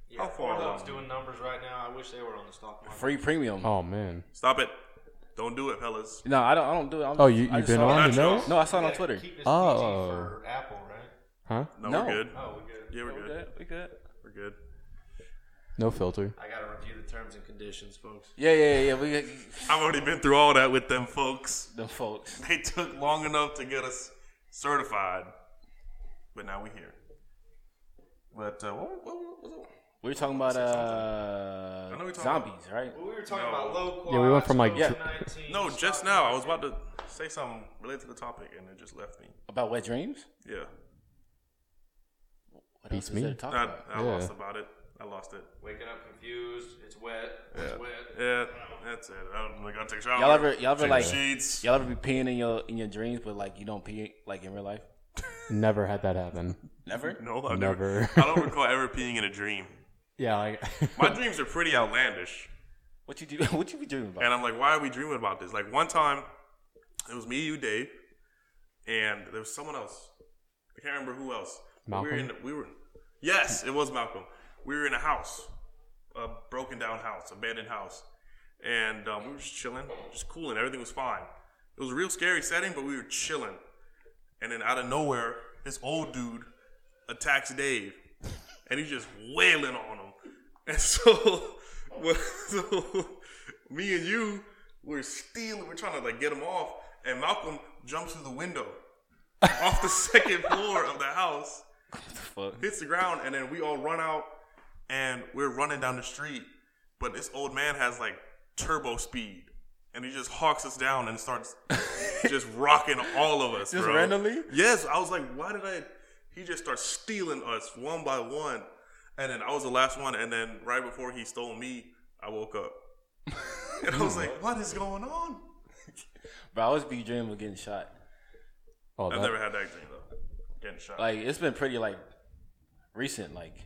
Speaker 5: Yeah,
Speaker 2: How far
Speaker 5: Pornhub's
Speaker 2: along?
Speaker 5: doing numbers right now. I wish they were on the stock market.
Speaker 3: Free premium.
Speaker 4: Oh man.
Speaker 2: Stop it. Don't do it, fellas.
Speaker 3: No, I don't. I don't do it. I'm,
Speaker 4: Oh, you
Speaker 3: I just
Speaker 4: you've been
Speaker 3: saw it.
Speaker 4: on
Speaker 2: That's
Speaker 4: the nose?
Speaker 3: No, I saw it on Twitter.
Speaker 5: Keep this
Speaker 4: Oh.
Speaker 5: PG for Apple, right?
Speaker 4: Huh?
Speaker 2: No,
Speaker 3: No.
Speaker 2: we're good.
Speaker 5: Oh, we're good.
Speaker 2: Yeah, we're
Speaker 3: We
Speaker 2: good.
Speaker 3: good. We good.
Speaker 2: We're good.
Speaker 4: No filter.
Speaker 5: I gotta review the terms and conditions, folks.
Speaker 3: Yeah, yeah, yeah. We got
Speaker 2: I've already been through all that with them folks.
Speaker 3: them folks.
Speaker 2: They took long enough to get us certified, but now we're here. But uh, what, what, what, what,
Speaker 3: We were talking about
Speaker 2: I know we
Speaker 3: uh,
Speaker 2: talking
Speaker 3: zombies, right?
Speaker 5: Well, we were talking about low quads,
Speaker 4: Yeah, we went from, like,
Speaker 3: Yeah.
Speaker 5: COVID-19,
Speaker 2: no, just
Speaker 5: stock
Speaker 2: now I was about to say something related to the topic, and it just left me.
Speaker 3: About wet dreams.
Speaker 2: Yeah,
Speaker 3: What
Speaker 4: Beats
Speaker 3: else is there
Speaker 4: me.
Speaker 3: to talk
Speaker 2: I,
Speaker 3: about?
Speaker 2: I
Speaker 4: Yeah.
Speaker 2: lost about it. I lost it.
Speaker 5: Waking up confused. It's wet.
Speaker 2: Yeah,
Speaker 5: It's wet.
Speaker 2: yeah that's it. I don't like. I take a shower.
Speaker 3: Y'all ever, y'all ever
Speaker 2: Take
Speaker 3: like,
Speaker 2: sheets?
Speaker 3: y'all ever be peeing in your in your dreams, but like you don't pee like in real life?
Speaker 4: Never had that happen.
Speaker 3: Never.
Speaker 2: No, I
Speaker 4: Never.
Speaker 2: I don't recall ever peeing in a dream.
Speaker 4: Yeah, like
Speaker 2: My dreams are pretty outlandish.
Speaker 3: What you do? What you be dreaming about?
Speaker 2: And I'm like, why are we dreaming about this? Like one time, it was me, you, Dave, and there was someone else. I can't remember who else. But We were in.
Speaker 4: Malcolm?
Speaker 2: The, we were. Yes, it was Malcolm. We were in a house, a broken down house, abandoned house, and um, we were just chilling, just cooling. Everything was fine. It was a real scary setting, but we were chilling. And then out of nowhere, this old dude attacks Dave, and he's just wailing on him. And so, well, so me and you were stealing, we're trying to like get him off, and Malcolm jumps through the window off the second floor of the house,
Speaker 3: Fuck.
Speaker 2: hits the ground, and then we all run out, and we're running down the street. But this old man has like turbo speed, and he just hawks us down and starts just rocking all of us.
Speaker 3: Just
Speaker 2: bro.
Speaker 3: randomly?
Speaker 2: Yes, I was like, why did I? He just starts stealing us one by one, and then I was the last one. And then right before he stole me, I woke up, and I was like, what is going on?
Speaker 3: But I always be dreaming of getting shot.
Speaker 4: oh,
Speaker 2: I've
Speaker 4: that,
Speaker 2: never had that dream though. Getting shot.
Speaker 3: Like it's been pretty like recent, like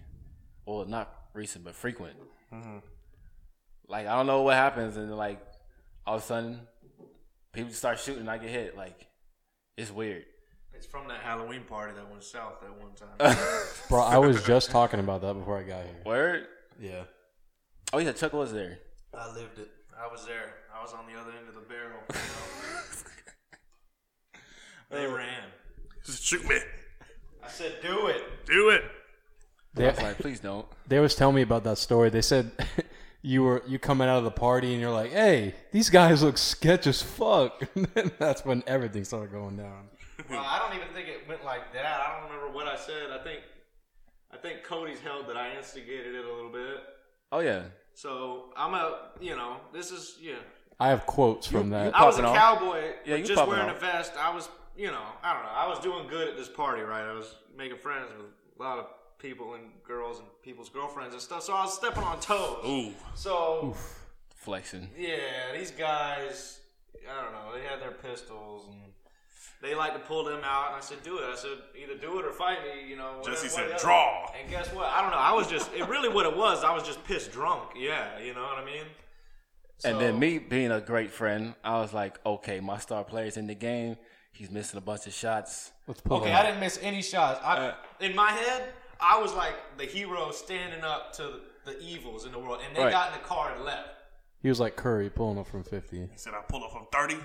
Speaker 3: well not recent but frequent. Like I don't know what happens, and like all of a sudden people just start shooting, and I get hit. Like it's weird.
Speaker 5: It's from that Halloween party that went south that one time.
Speaker 4: bro. I was just talking about that before I got here.
Speaker 3: Word.
Speaker 4: Yeah.
Speaker 3: Oh yeah, Chuck was there.
Speaker 5: I lived it. I was there. I was on the other end of the barrel. they ran.
Speaker 2: Just shoot me.
Speaker 5: I said, "Do it."
Speaker 2: Do it.
Speaker 4: They,
Speaker 3: I was like, please don't.
Speaker 4: they always tell me about that story. They said you were you coming out of the party and you're like, "Hey, these guys look sketch as fuck." And then that's when everything started going down.
Speaker 5: Well, I don't even think it went like that. I don't remember what I said. I think, I think Cody's held that I instigated it a little bit.
Speaker 3: Oh yeah.
Speaker 5: So I'm a, you know, this is yeah.
Speaker 4: I have quotes from that.
Speaker 5: I was a
Speaker 3: Popping off.
Speaker 5: cowboy,
Speaker 3: Yeah, you
Speaker 5: just
Speaker 3: popping
Speaker 5: wearing a
Speaker 3: off.
Speaker 5: vest. I was, you know, I don't know. I was doing good at this party, right? I was making friends with a lot of people and girls and people's girlfriends and stuff. So I was stepping on toes.
Speaker 2: Ooh.
Speaker 5: So
Speaker 3: Flexing.
Speaker 5: yeah, these guys, I don't know. They had their pistols and they like to pull them out. And I said, "Do it." I said, "Either do it or fight me." You know.
Speaker 2: Jesse
Speaker 5: whatever,
Speaker 2: said,
Speaker 5: whatever.
Speaker 2: "Draw."
Speaker 5: And guess what? I don't know. I was just. It really what it was. I was just pissed drunk. Yeah, you know what I mean.
Speaker 3: And
Speaker 5: So-
Speaker 3: then me being a great friend, I was like, okay, my star player's in the game. He's missing a bunch of shots.
Speaker 4: Let's pull
Speaker 5: Okay,
Speaker 4: it
Speaker 5: I
Speaker 4: up.
Speaker 5: didn't miss any shots. I,
Speaker 3: Uh,
Speaker 5: in my head, I was like the hero standing up to the evils in the world, and they
Speaker 3: Right.
Speaker 5: got in the car and left.
Speaker 4: He was like Curry pulling up from 50.
Speaker 2: He said I pulled up from thirty.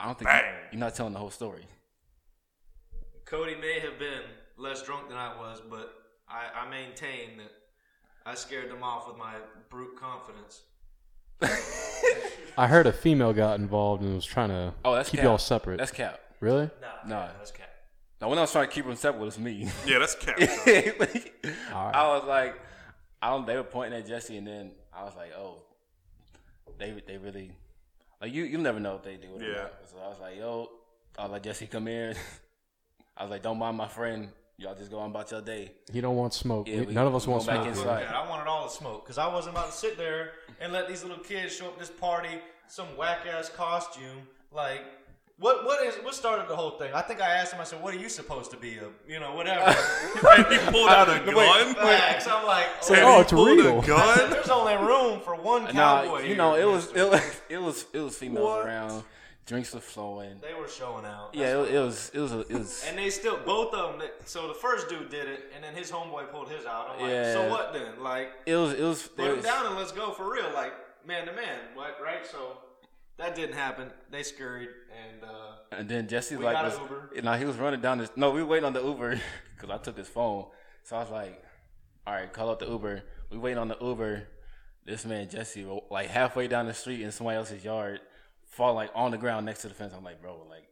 Speaker 3: I don't think
Speaker 2: Bang.
Speaker 3: you're not telling the whole story.
Speaker 5: Cody may have been less drunk than I was, but I, I maintain that I scared them off with my brute confidence.
Speaker 4: I heard a female got involved and was trying to
Speaker 3: Oh, that's
Speaker 4: keep
Speaker 3: cap.
Speaker 4: y'all separate.
Speaker 3: That's cap.
Speaker 4: really?
Speaker 3: No.
Speaker 5: that's cap.
Speaker 3: Now, when I was trying to keep them separate, it was me.
Speaker 2: Yeah, that's cap.
Speaker 3: I was like, I don't. They were pointing at Jesse, and then I was like, oh, they they really like you. You never know if they do it. Or
Speaker 2: Yeah.
Speaker 3: not. So I was like, yo, I was like Jesse, come here. I was like, don't mind my friend. Y'all just go on about your day.
Speaker 4: You don't want smoke.
Speaker 3: Yeah,
Speaker 4: We-
Speaker 3: we-
Speaker 4: none of us
Speaker 3: we
Speaker 4: want
Speaker 3: go back
Speaker 4: smoke.
Speaker 3: inside.
Speaker 4: really.
Speaker 3: Right.
Speaker 5: God, I wanted all the smoke because I wasn't about to sit there and let these little kids show up at this party, some whack ass costume. Like, what? What is? What started the whole thing? I think I asked him. I said, "What are you supposed to be? A you know whatever."
Speaker 2: and he pulled out a
Speaker 3: Wait,
Speaker 2: gun.
Speaker 5: Facts. I'm like,
Speaker 4: like,
Speaker 2: And
Speaker 5: oh,
Speaker 4: oh,
Speaker 2: he
Speaker 4: it's
Speaker 2: pulled
Speaker 4: real.
Speaker 2: A gun.
Speaker 5: there's only room for one cowboy.
Speaker 3: Nah, you
Speaker 5: here.
Speaker 3: know, it was it was it was, it was females
Speaker 5: What?
Speaker 3: around. Drinks were flowing.
Speaker 5: They were showing out.
Speaker 3: Yeah, it, it was it was a- it was.
Speaker 5: And they still both of them. So the first dude did it, and then his homeboy pulled his out. I'm like,
Speaker 3: Yeah.
Speaker 5: so what then? Like,
Speaker 3: It was it was.
Speaker 5: put
Speaker 3: it
Speaker 5: him
Speaker 3: was-
Speaker 5: down and let's go for real, like man to man, like, right? So that didn't happen. They scurried, and uh,
Speaker 3: And then Jesse
Speaker 5: We
Speaker 3: like
Speaker 5: got
Speaker 3: was,
Speaker 5: an Uber.
Speaker 3: and now he was running down this. No, we were waiting on the Uber because I took his phone. So I was like, "All right, call out the Uber." We waiting on the Uber. This man Jesse ro- like halfway down the street in somebody else's yard, fall like on the ground next to the fence. I'm like, "Bro, like,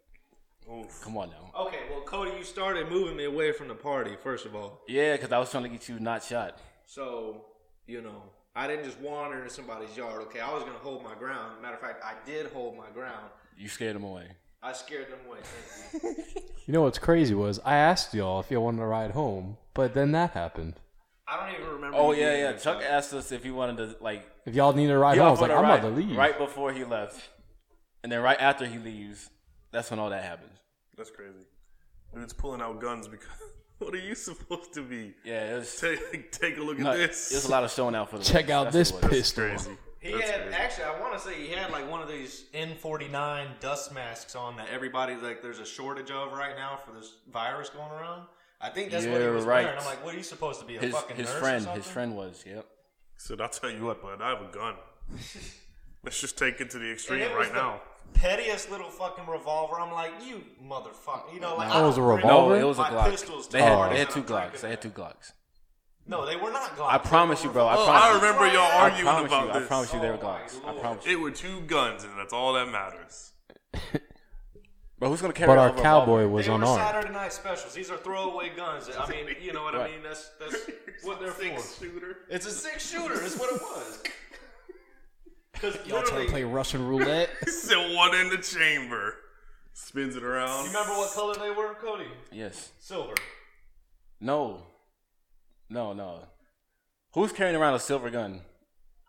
Speaker 3: come on now."
Speaker 5: okay, well, Cody, you started moving me away from the party first of all.
Speaker 3: Yeah, because I was trying to get you not shot.
Speaker 5: So you know, I didn't just wander into somebody's yard. Okay, I was gonna hold my ground. Matter of fact, I did hold my ground.
Speaker 3: You scared him away.
Speaker 5: I scared them away. Thank you.
Speaker 4: You know what's crazy was I asked y'all if y'all wanted to ride home, but then that happened.
Speaker 5: I don't even remember.
Speaker 3: Oh
Speaker 5: you
Speaker 3: yeah,
Speaker 5: being
Speaker 3: yeah.
Speaker 5: there,
Speaker 3: Chuck
Speaker 5: so-
Speaker 3: asked us if he wanted to like.
Speaker 4: If y'all needed a ride
Speaker 3: he
Speaker 4: home, I was
Speaker 3: offered
Speaker 4: like,
Speaker 3: a
Speaker 4: I'm
Speaker 3: ride
Speaker 4: about to leave.
Speaker 3: right before he left, and then right after he leaves, that's when all that happens.
Speaker 2: That's crazy. Dude's pulling out guns because what are you supposed to be?
Speaker 3: Yeah, it was.
Speaker 2: Take, take a look
Speaker 3: No,
Speaker 2: at this.
Speaker 3: There's a lot of showing out for the
Speaker 4: Check out
Speaker 3: That's
Speaker 4: this
Speaker 3: what it was.
Speaker 4: pistol.
Speaker 5: He
Speaker 2: That's
Speaker 5: had
Speaker 2: crazy.
Speaker 5: actually, I want to say he had like one of these N49 dust masks on that everybody like there's a shortage of right now for this virus going around. I think that's what he
Speaker 3: You're
Speaker 5: was
Speaker 3: right.
Speaker 5: wearing. I'm like, what are you supposed to be a
Speaker 3: His
Speaker 5: fucking
Speaker 3: his
Speaker 5: nurse or
Speaker 3: friend,
Speaker 5: something?
Speaker 3: his friend was. Yep.
Speaker 2: So I'll tell you what, bud. I have a gun. Let's just take it to the
Speaker 5: And
Speaker 2: extreme
Speaker 5: it was
Speaker 2: right
Speaker 5: the
Speaker 2: now.
Speaker 5: Pettiest little fucking revolver. I'm like, you motherfucker. You know, like
Speaker 4: No. It was a
Speaker 5: I bring
Speaker 4: revolver?
Speaker 3: No, it was a
Speaker 5: my
Speaker 3: Glock.
Speaker 5: Pistols to
Speaker 3: They had,
Speaker 5: parties
Speaker 3: they had
Speaker 5: and
Speaker 3: two
Speaker 5: I'm drinking
Speaker 3: Glocks. They had
Speaker 5: that.
Speaker 3: two Glocks.
Speaker 5: No, they were not Glocks.
Speaker 3: I promise you, bro. I
Speaker 2: Oh,
Speaker 3: promise.
Speaker 2: I remember y'all
Speaker 3: I
Speaker 2: arguing
Speaker 3: promise
Speaker 2: about
Speaker 3: you.
Speaker 2: this.
Speaker 3: I promise you, they were
Speaker 5: Oh, my
Speaker 3: Glocks. I
Speaker 5: Lord.
Speaker 3: promise. you.
Speaker 2: It were two guns, and that's all that matters.
Speaker 3: But who's gonna carry?
Speaker 4: But our
Speaker 3: over a
Speaker 4: cowboy
Speaker 3: revolver?
Speaker 4: was
Speaker 5: they were
Speaker 4: unarmed.
Speaker 5: Saturday night specials. These are throwaway guns. I mean, you know what I
Speaker 3: Right.
Speaker 5: mean? That's that's what they're for.
Speaker 2: shooter.
Speaker 5: It's a six shooter. Is what it was. Because
Speaker 4: Y'all trying to play Russian roulette?
Speaker 2: Sent one in the chamber. Spins it around.
Speaker 5: remember what color they were, Cody?
Speaker 3: Yes.
Speaker 5: Silver.
Speaker 3: No. No. No. Who's carrying around a silver gun,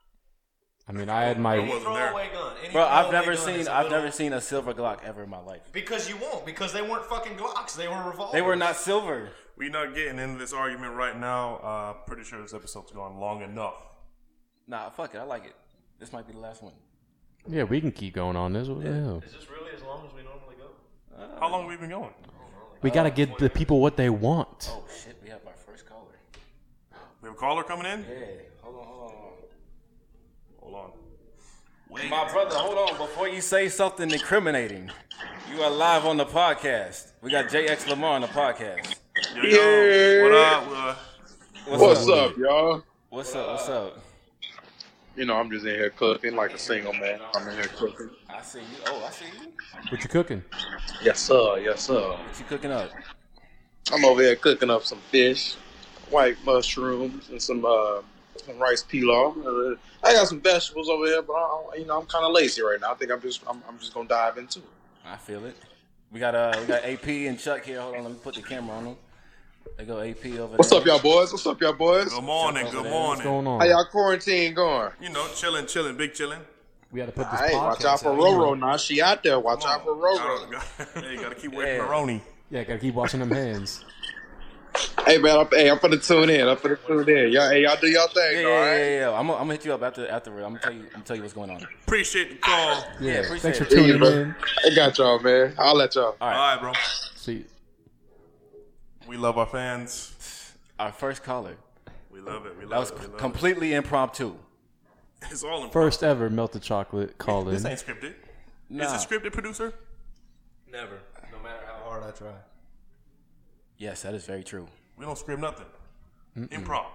Speaker 4: I mean, I had my.
Speaker 2: It
Speaker 5: Any
Speaker 2: wasn't there.
Speaker 5: throwaway gun. Any
Speaker 3: bro? I've
Speaker 5: throwaway
Speaker 3: never
Speaker 5: gun
Speaker 3: seen.
Speaker 5: is a
Speaker 3: I've
Speaker 5: little-
Speaker 3: never seen a silver Glock ever in my life.
Speaker 5: Because you won't. Because they weren't fucking Glocks. They were revolvers.
Speaker 3: They were not silver.
Speaker 2: We're not getting into this argument right now. Uh, pretty sure this episode's gone long enough.
Speaker 3: Nah, fuck it. I like it. This might be the last one.
Speaker 4: Yeah, we can keep going on this. What the hell?
Speaker 5: Is this really as long as we normally go?
Speaker 2: How long have we been going?
Speaker 4: We gotta get the people what they want.
Speaker 3: Oh shit, we have our first caller.
Speaker 2: We have a caller coming in?
Speaker 3: Yeah. Hold on. Hold on.
Speaker 2: Hold on. Wait.
Speaker 3: My brother, hold on. Before you say something incriminating, you are live on the podcast. We got JX Lamar on the podcast.
Speaker 2: Yo, yo. What up? Uh,
Speaker 3: What's,
Speaker 9: What's up, y'all?
Speaker 3: What's up? What's up?
Speaker 9: You know, I'm just in here cooking like a single man. I'm in here cooking.
Speaker 3: I see you. Oh, I see you.
Speaker 4: What you cooking?
Speaker 9: Yes, sir. Yes, sir.
Speaker 3: What you cooking up?
Speaker 9: I'm over here cooking up some fish, white mushrooms, and some uh, some rice pilaf. Uh, I got some vegetables over here, but I, I- you know, I'm kind of lazy right now. I think I'm just I'm, I'm just gonna dive into it.
Speaker 3: I feel it. We got uh, we got AP and Chuck here. Hold on, let me put the camera on them. They go AP over
Speaker 9: What's
Speaker 3: there.
Speaker 9: up, y'all boys? What's up, y'all boys?
Speaker 2: good morning. Good
Speaker 4: What's
Speaker 2: morning.
Speaker 4: going
Speaker 9: How
Speaker 4: on?
Speaker 9: y'all quarantine going?
Speaker 2: You know, chilling, chilling, big chilling.
Speaker 4: We gotta put this
Speaker 9: Hey, watch
Speaker 4: podcast
Speaker 9: out for
Speaker 4: out.
Speaker 9: Roro now. She out there. Watch out for Roro.
Speaker 2: Hey, gotta keep wearing
Speaker 3: Yeah.
Speaker 2: Maroni.
Speaker 4: Yeah, gotta keep watching them hands.
Speaker 9: Hey man, I'm, hey, I'm finna tune in. I'm finna tune in. Y'all, hey, y'all do y'all
Speaker 3: Yeah,
Speaker 9: thing,
Speaker 3: yeah,
Speaker 9: all
Speaker 3: yeah,
Speaker 9: right?
Speaker 3: yeah, yeah. I'm gonna I'm gonna hit you up after after. I'm gonna tell you. I'm gonna tell you what's going on.
Speaker 2: Appreciate the call.
Speaker 4: Yeah,
Speaker 3: appreciate
Speaker 4: thanks for
Speaker 3: it.
Speaker 9: Yeah,
Speaker 4: tuning
Speaker 9: bro.
Speaker 4: in.
Speaker 9: I got y'all, man. I'll let y'all.
Speaker 2: All
Speaker 3: All right,
Speaker 2: right, bro.
Speaker 4: See,
Speaker 2: We love our fans.
Speaker 3: our first caller.
Speaker 2: We love it. We
Speaker 3: That was
Speaker 2: love it. We love
Speaker 3: completely impromptu.
Speaker 2: it. It's all in
Speaker 4: first ever melted chocolate call
Speaker 2: This
Speaker 4: in.
Speaker 2: ain't scripted.
Speaker 3: Nah.
Speaker 2: Is it scripted, producer?
Speaker 5: Never. No matter how hard I try.
Speaker 3: Yes, that is very true.
Speaker 2: We don't script nothing. Improv.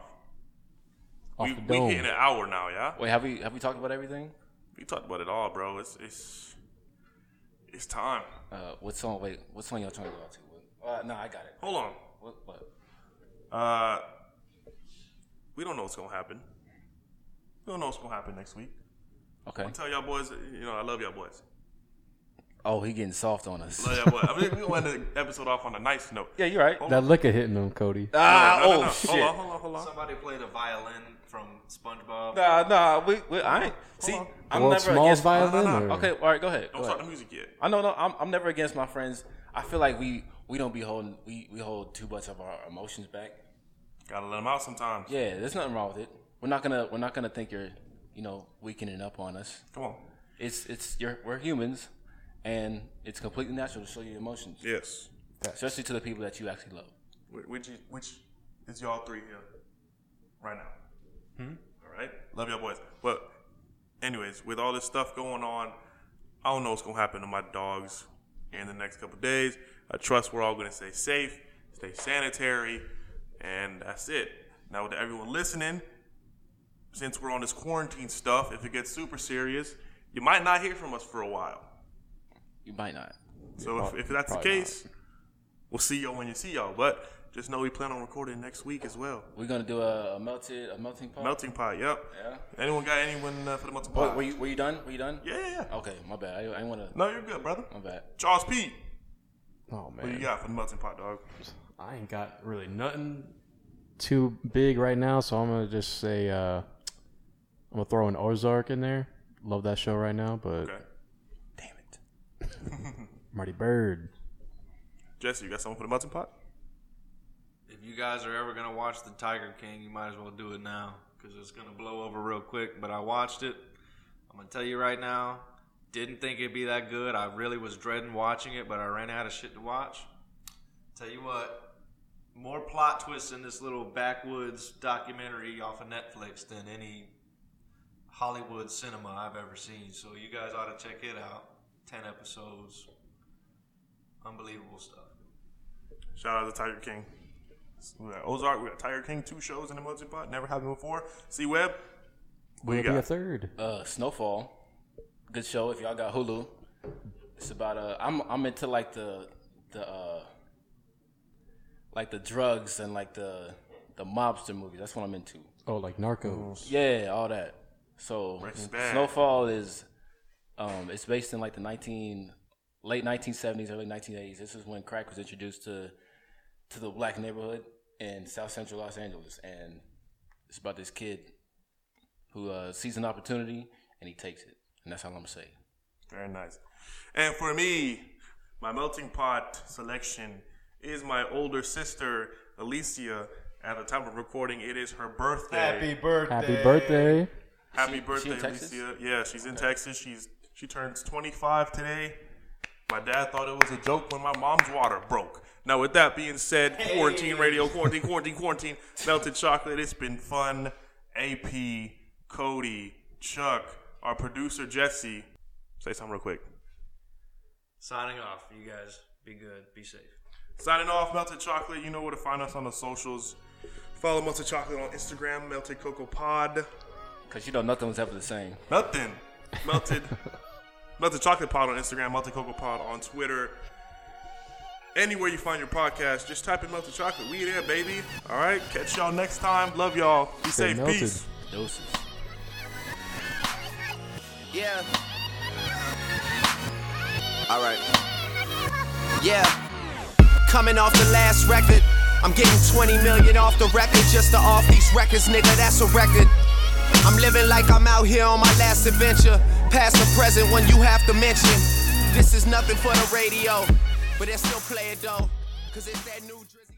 Speaker 4: Off
Speaker 2: we
Speaker 4: the
Speaker 2: we
Speaker 4: dome.
Speaker 2: hitting an hour now, yeah.
Speaker 3: Wait, have we have we talked about everything?
Speaker 2: We talked about it all, bro. It's it's it's time.
Speaker 3: Uh, what song? Wait, what song y'all trying to go out to? What, uh, no, I got it.
Speaker 2: Hold on.
Speaker 3: What? What?
Speaker 2: Uh, we don't know what's gonna happen. We don't know what's gonna happen next week.
Speaker 3: Okay.
Speaker 2: I tell y'all boys, you know, I love y'all boys.
Speaker 3: Oh, he getting soft on us.
Speaker 2: Love y'all boys. I mean, we gonna end the episode off on a nice note.
Speaker 3: yeah, you're right.
Speaker 4: That liquor hitting him, Cody.
Speaker 3: Ah,
Speaker 2: No, no,
Speaker 3: oh
Speaker 2: no, no.
Speaker 3: shit.
Speaker 2: Hold on, hold on, hold on.
Speaker 5: Somebody played a violin from SpongeBob.
Speaker 3: Nah, nah, we, we I ain't. See,
Speaker 2: on.
Speaker 3: I'm
Speaker 4: World
Speaker 3: never
Speaker 4: Smalls
Speaker 3: against.
Speaker 4: violin.
Speaker 2: no, no,
Speaker 4: or-
Speaker 3: Okay, all right, go ahead. Go
Speaker 2: Don't start the
Speaker 3: ahead.
Speaker 2: music yet.
Speaker 3: I know, no, I'm, I'm never against my friends. I feel like we, we don't be holding, we, we hold too much of our emotions back.
Speaker 2: Gotta let them out sometimes.
Speaker 3: Yeah, there's nothing wrong with it. We're not gonna, we're not gonna think you're, you know, weakening up on us.
Speaker 2: Come on.
Speaker 3: It's, it's, you're, we're humans, and it's completely natural to show your emotions,
Speaker 2: Yes.
Speaker 3: especially to the people that you actually love.
Speaker 2: Wh- Which is- which is y'all three here right now? Hmm? All right. Love y'all boys. But anyways, with all this stuff going on, I don't know what's gonna happen to my dogs in the next couple days. I trust we're all gonna stay safe, stay sanitary, and that's it. Now with everyone listening, since we're on this quarantine stuff, if it gets super serious, you might not hear from us for a while.
Speaker 3: You might not.
Speaker 2: So if, if that's the
Speaker 4: probably not.
Speaker 2: case, we'll see y'all when you see y'all. But just know we plan on recording next week as well.
Speaker 3: We're gonna do a, a melted, a melting pot.
Speaker 2: Melting pot, yep.
Speaker 3: Oh. Yeah.
Speaker 2: Anyone got anyone uh, for the melting
Speaker 3: Oh,
Speaker 2: pot?
Speaker 3: were you, were you done? Were you done?
Speaker 2: yeah, yeah, yeah.
Speaker 3: Okay, my bad. I, I didn't wanna.
Speaker 2: No, you're good, brother.
Speaker 3: My bad.
Speaker 2: Charles P.
Speaker 4: Oh
Speaker 2: What you
Speaker 4: man,
Speaker 2: got for the melting pot, dog?
Speaker 4: I ain't got really nothing too big right now, so I'm gonna just say uh, I'm gonna throw an Ozark in there. Love that show right now, but
Speaker 2: Okay.
Speaker 3: Damn it.
Speaker 4: Marty Bird.
Speaker 2: Jesse, you got someone for the melting pot?
Speaker 5: If you guys are ever gonna watch The Tiger King, you might as well do it now because it's gonna blow over real quick. But I watched it. I'm gonna tell you right now, didn't think it'd be that good. I really was dreading watching it, but I ran out of shit to watch. Tell you what, more plot twists in this little backwoods documentary off of Netflix than any Hollywood cinema I've ever seen. So you guys ought to check it out. Ten episodes, unbelievable stuff.
Speaker 2: Shout out to Tiger King. We got Ozark, we got Tiger King, two shows in the melting pot. Never happened before. C Web, what
Speaker 4: Gonna
Speaker 2: you
Speaker 4: be a
Speaker 2: got?
Speaker 4: third.
Speaker 3: Uh, Snowfall, good show. If y'all got Hulu, it's about uh, I'm I'm into like the the uh, like the drugs and like the the mobster movies. That's what I'm into.
Speaker 4: Oh, like Narcos.
Speaker 3: Yeah, all that. So
Speaker 2: Breaking Bad.
Speaker 3: Snowfall is um, it's based in like the 19 late 1970s, early 1980s. This is when crack was introduced to to the black neighborhood in South Central Los Angeles, and it's about this kid who uh, sees an opportunity and he takes it, and that's all I'm gonna say.
Speaker 2: Very nice. And for me, my melting pot selection is my older sister, Alicia. At the time of recording, it is her birthday.
Speaker 5: birthday!
Speaker 4: Happy birthday.
Speaker 2: Happy
Speaker 3: She- she
Speaker 2: birthday,
Speaker 3: in Texas?
Speaker 2: Alicia. Yeah, she's in Texas. She's she turns 25 today. My dad thought it was a joke when my mom's water broke. Now, with that being said, quarantine radio, quarantine, quarantine, quarantine, melted chocolate. It's been fun. AP, Cody, Chuck, our producer Jesse. Say something real quick.
Speaker 5: Signing off. You guys be good. Be safe.
Speaker 2: Signing off, Melted Chocolate. You know where to find us on the socials. Follow Melted Chocolate on Instagram, Melted Cocoa Pod.
Speaker 3: Cause you know nothing was ever the same.
Speaker 2: Nothing. Melted. Melted Chocolate Pod on Instagram, Melted Cocoa Pod on Twitter. Anywhere you find your podcast, just type in Melted Chocolate. We there, baby. All right. Catch y'all next time. Love y'all. Be
Speaker 4: Stay
Speaker 2: safe.
Speaker 4: melted.
Speaker 2: Peace.
Speaker 3: Doses.
Speaker 1: Yeah. All right. Yeah. Coming off the last record. I'm getting 20 million off the record just to off these records, nigga. That's a record. I'm living like I'm out here on my last adventure. Past and present when you have to mention. This is nothing for the radio, but they still play it though. Cause it's that new Drizzy.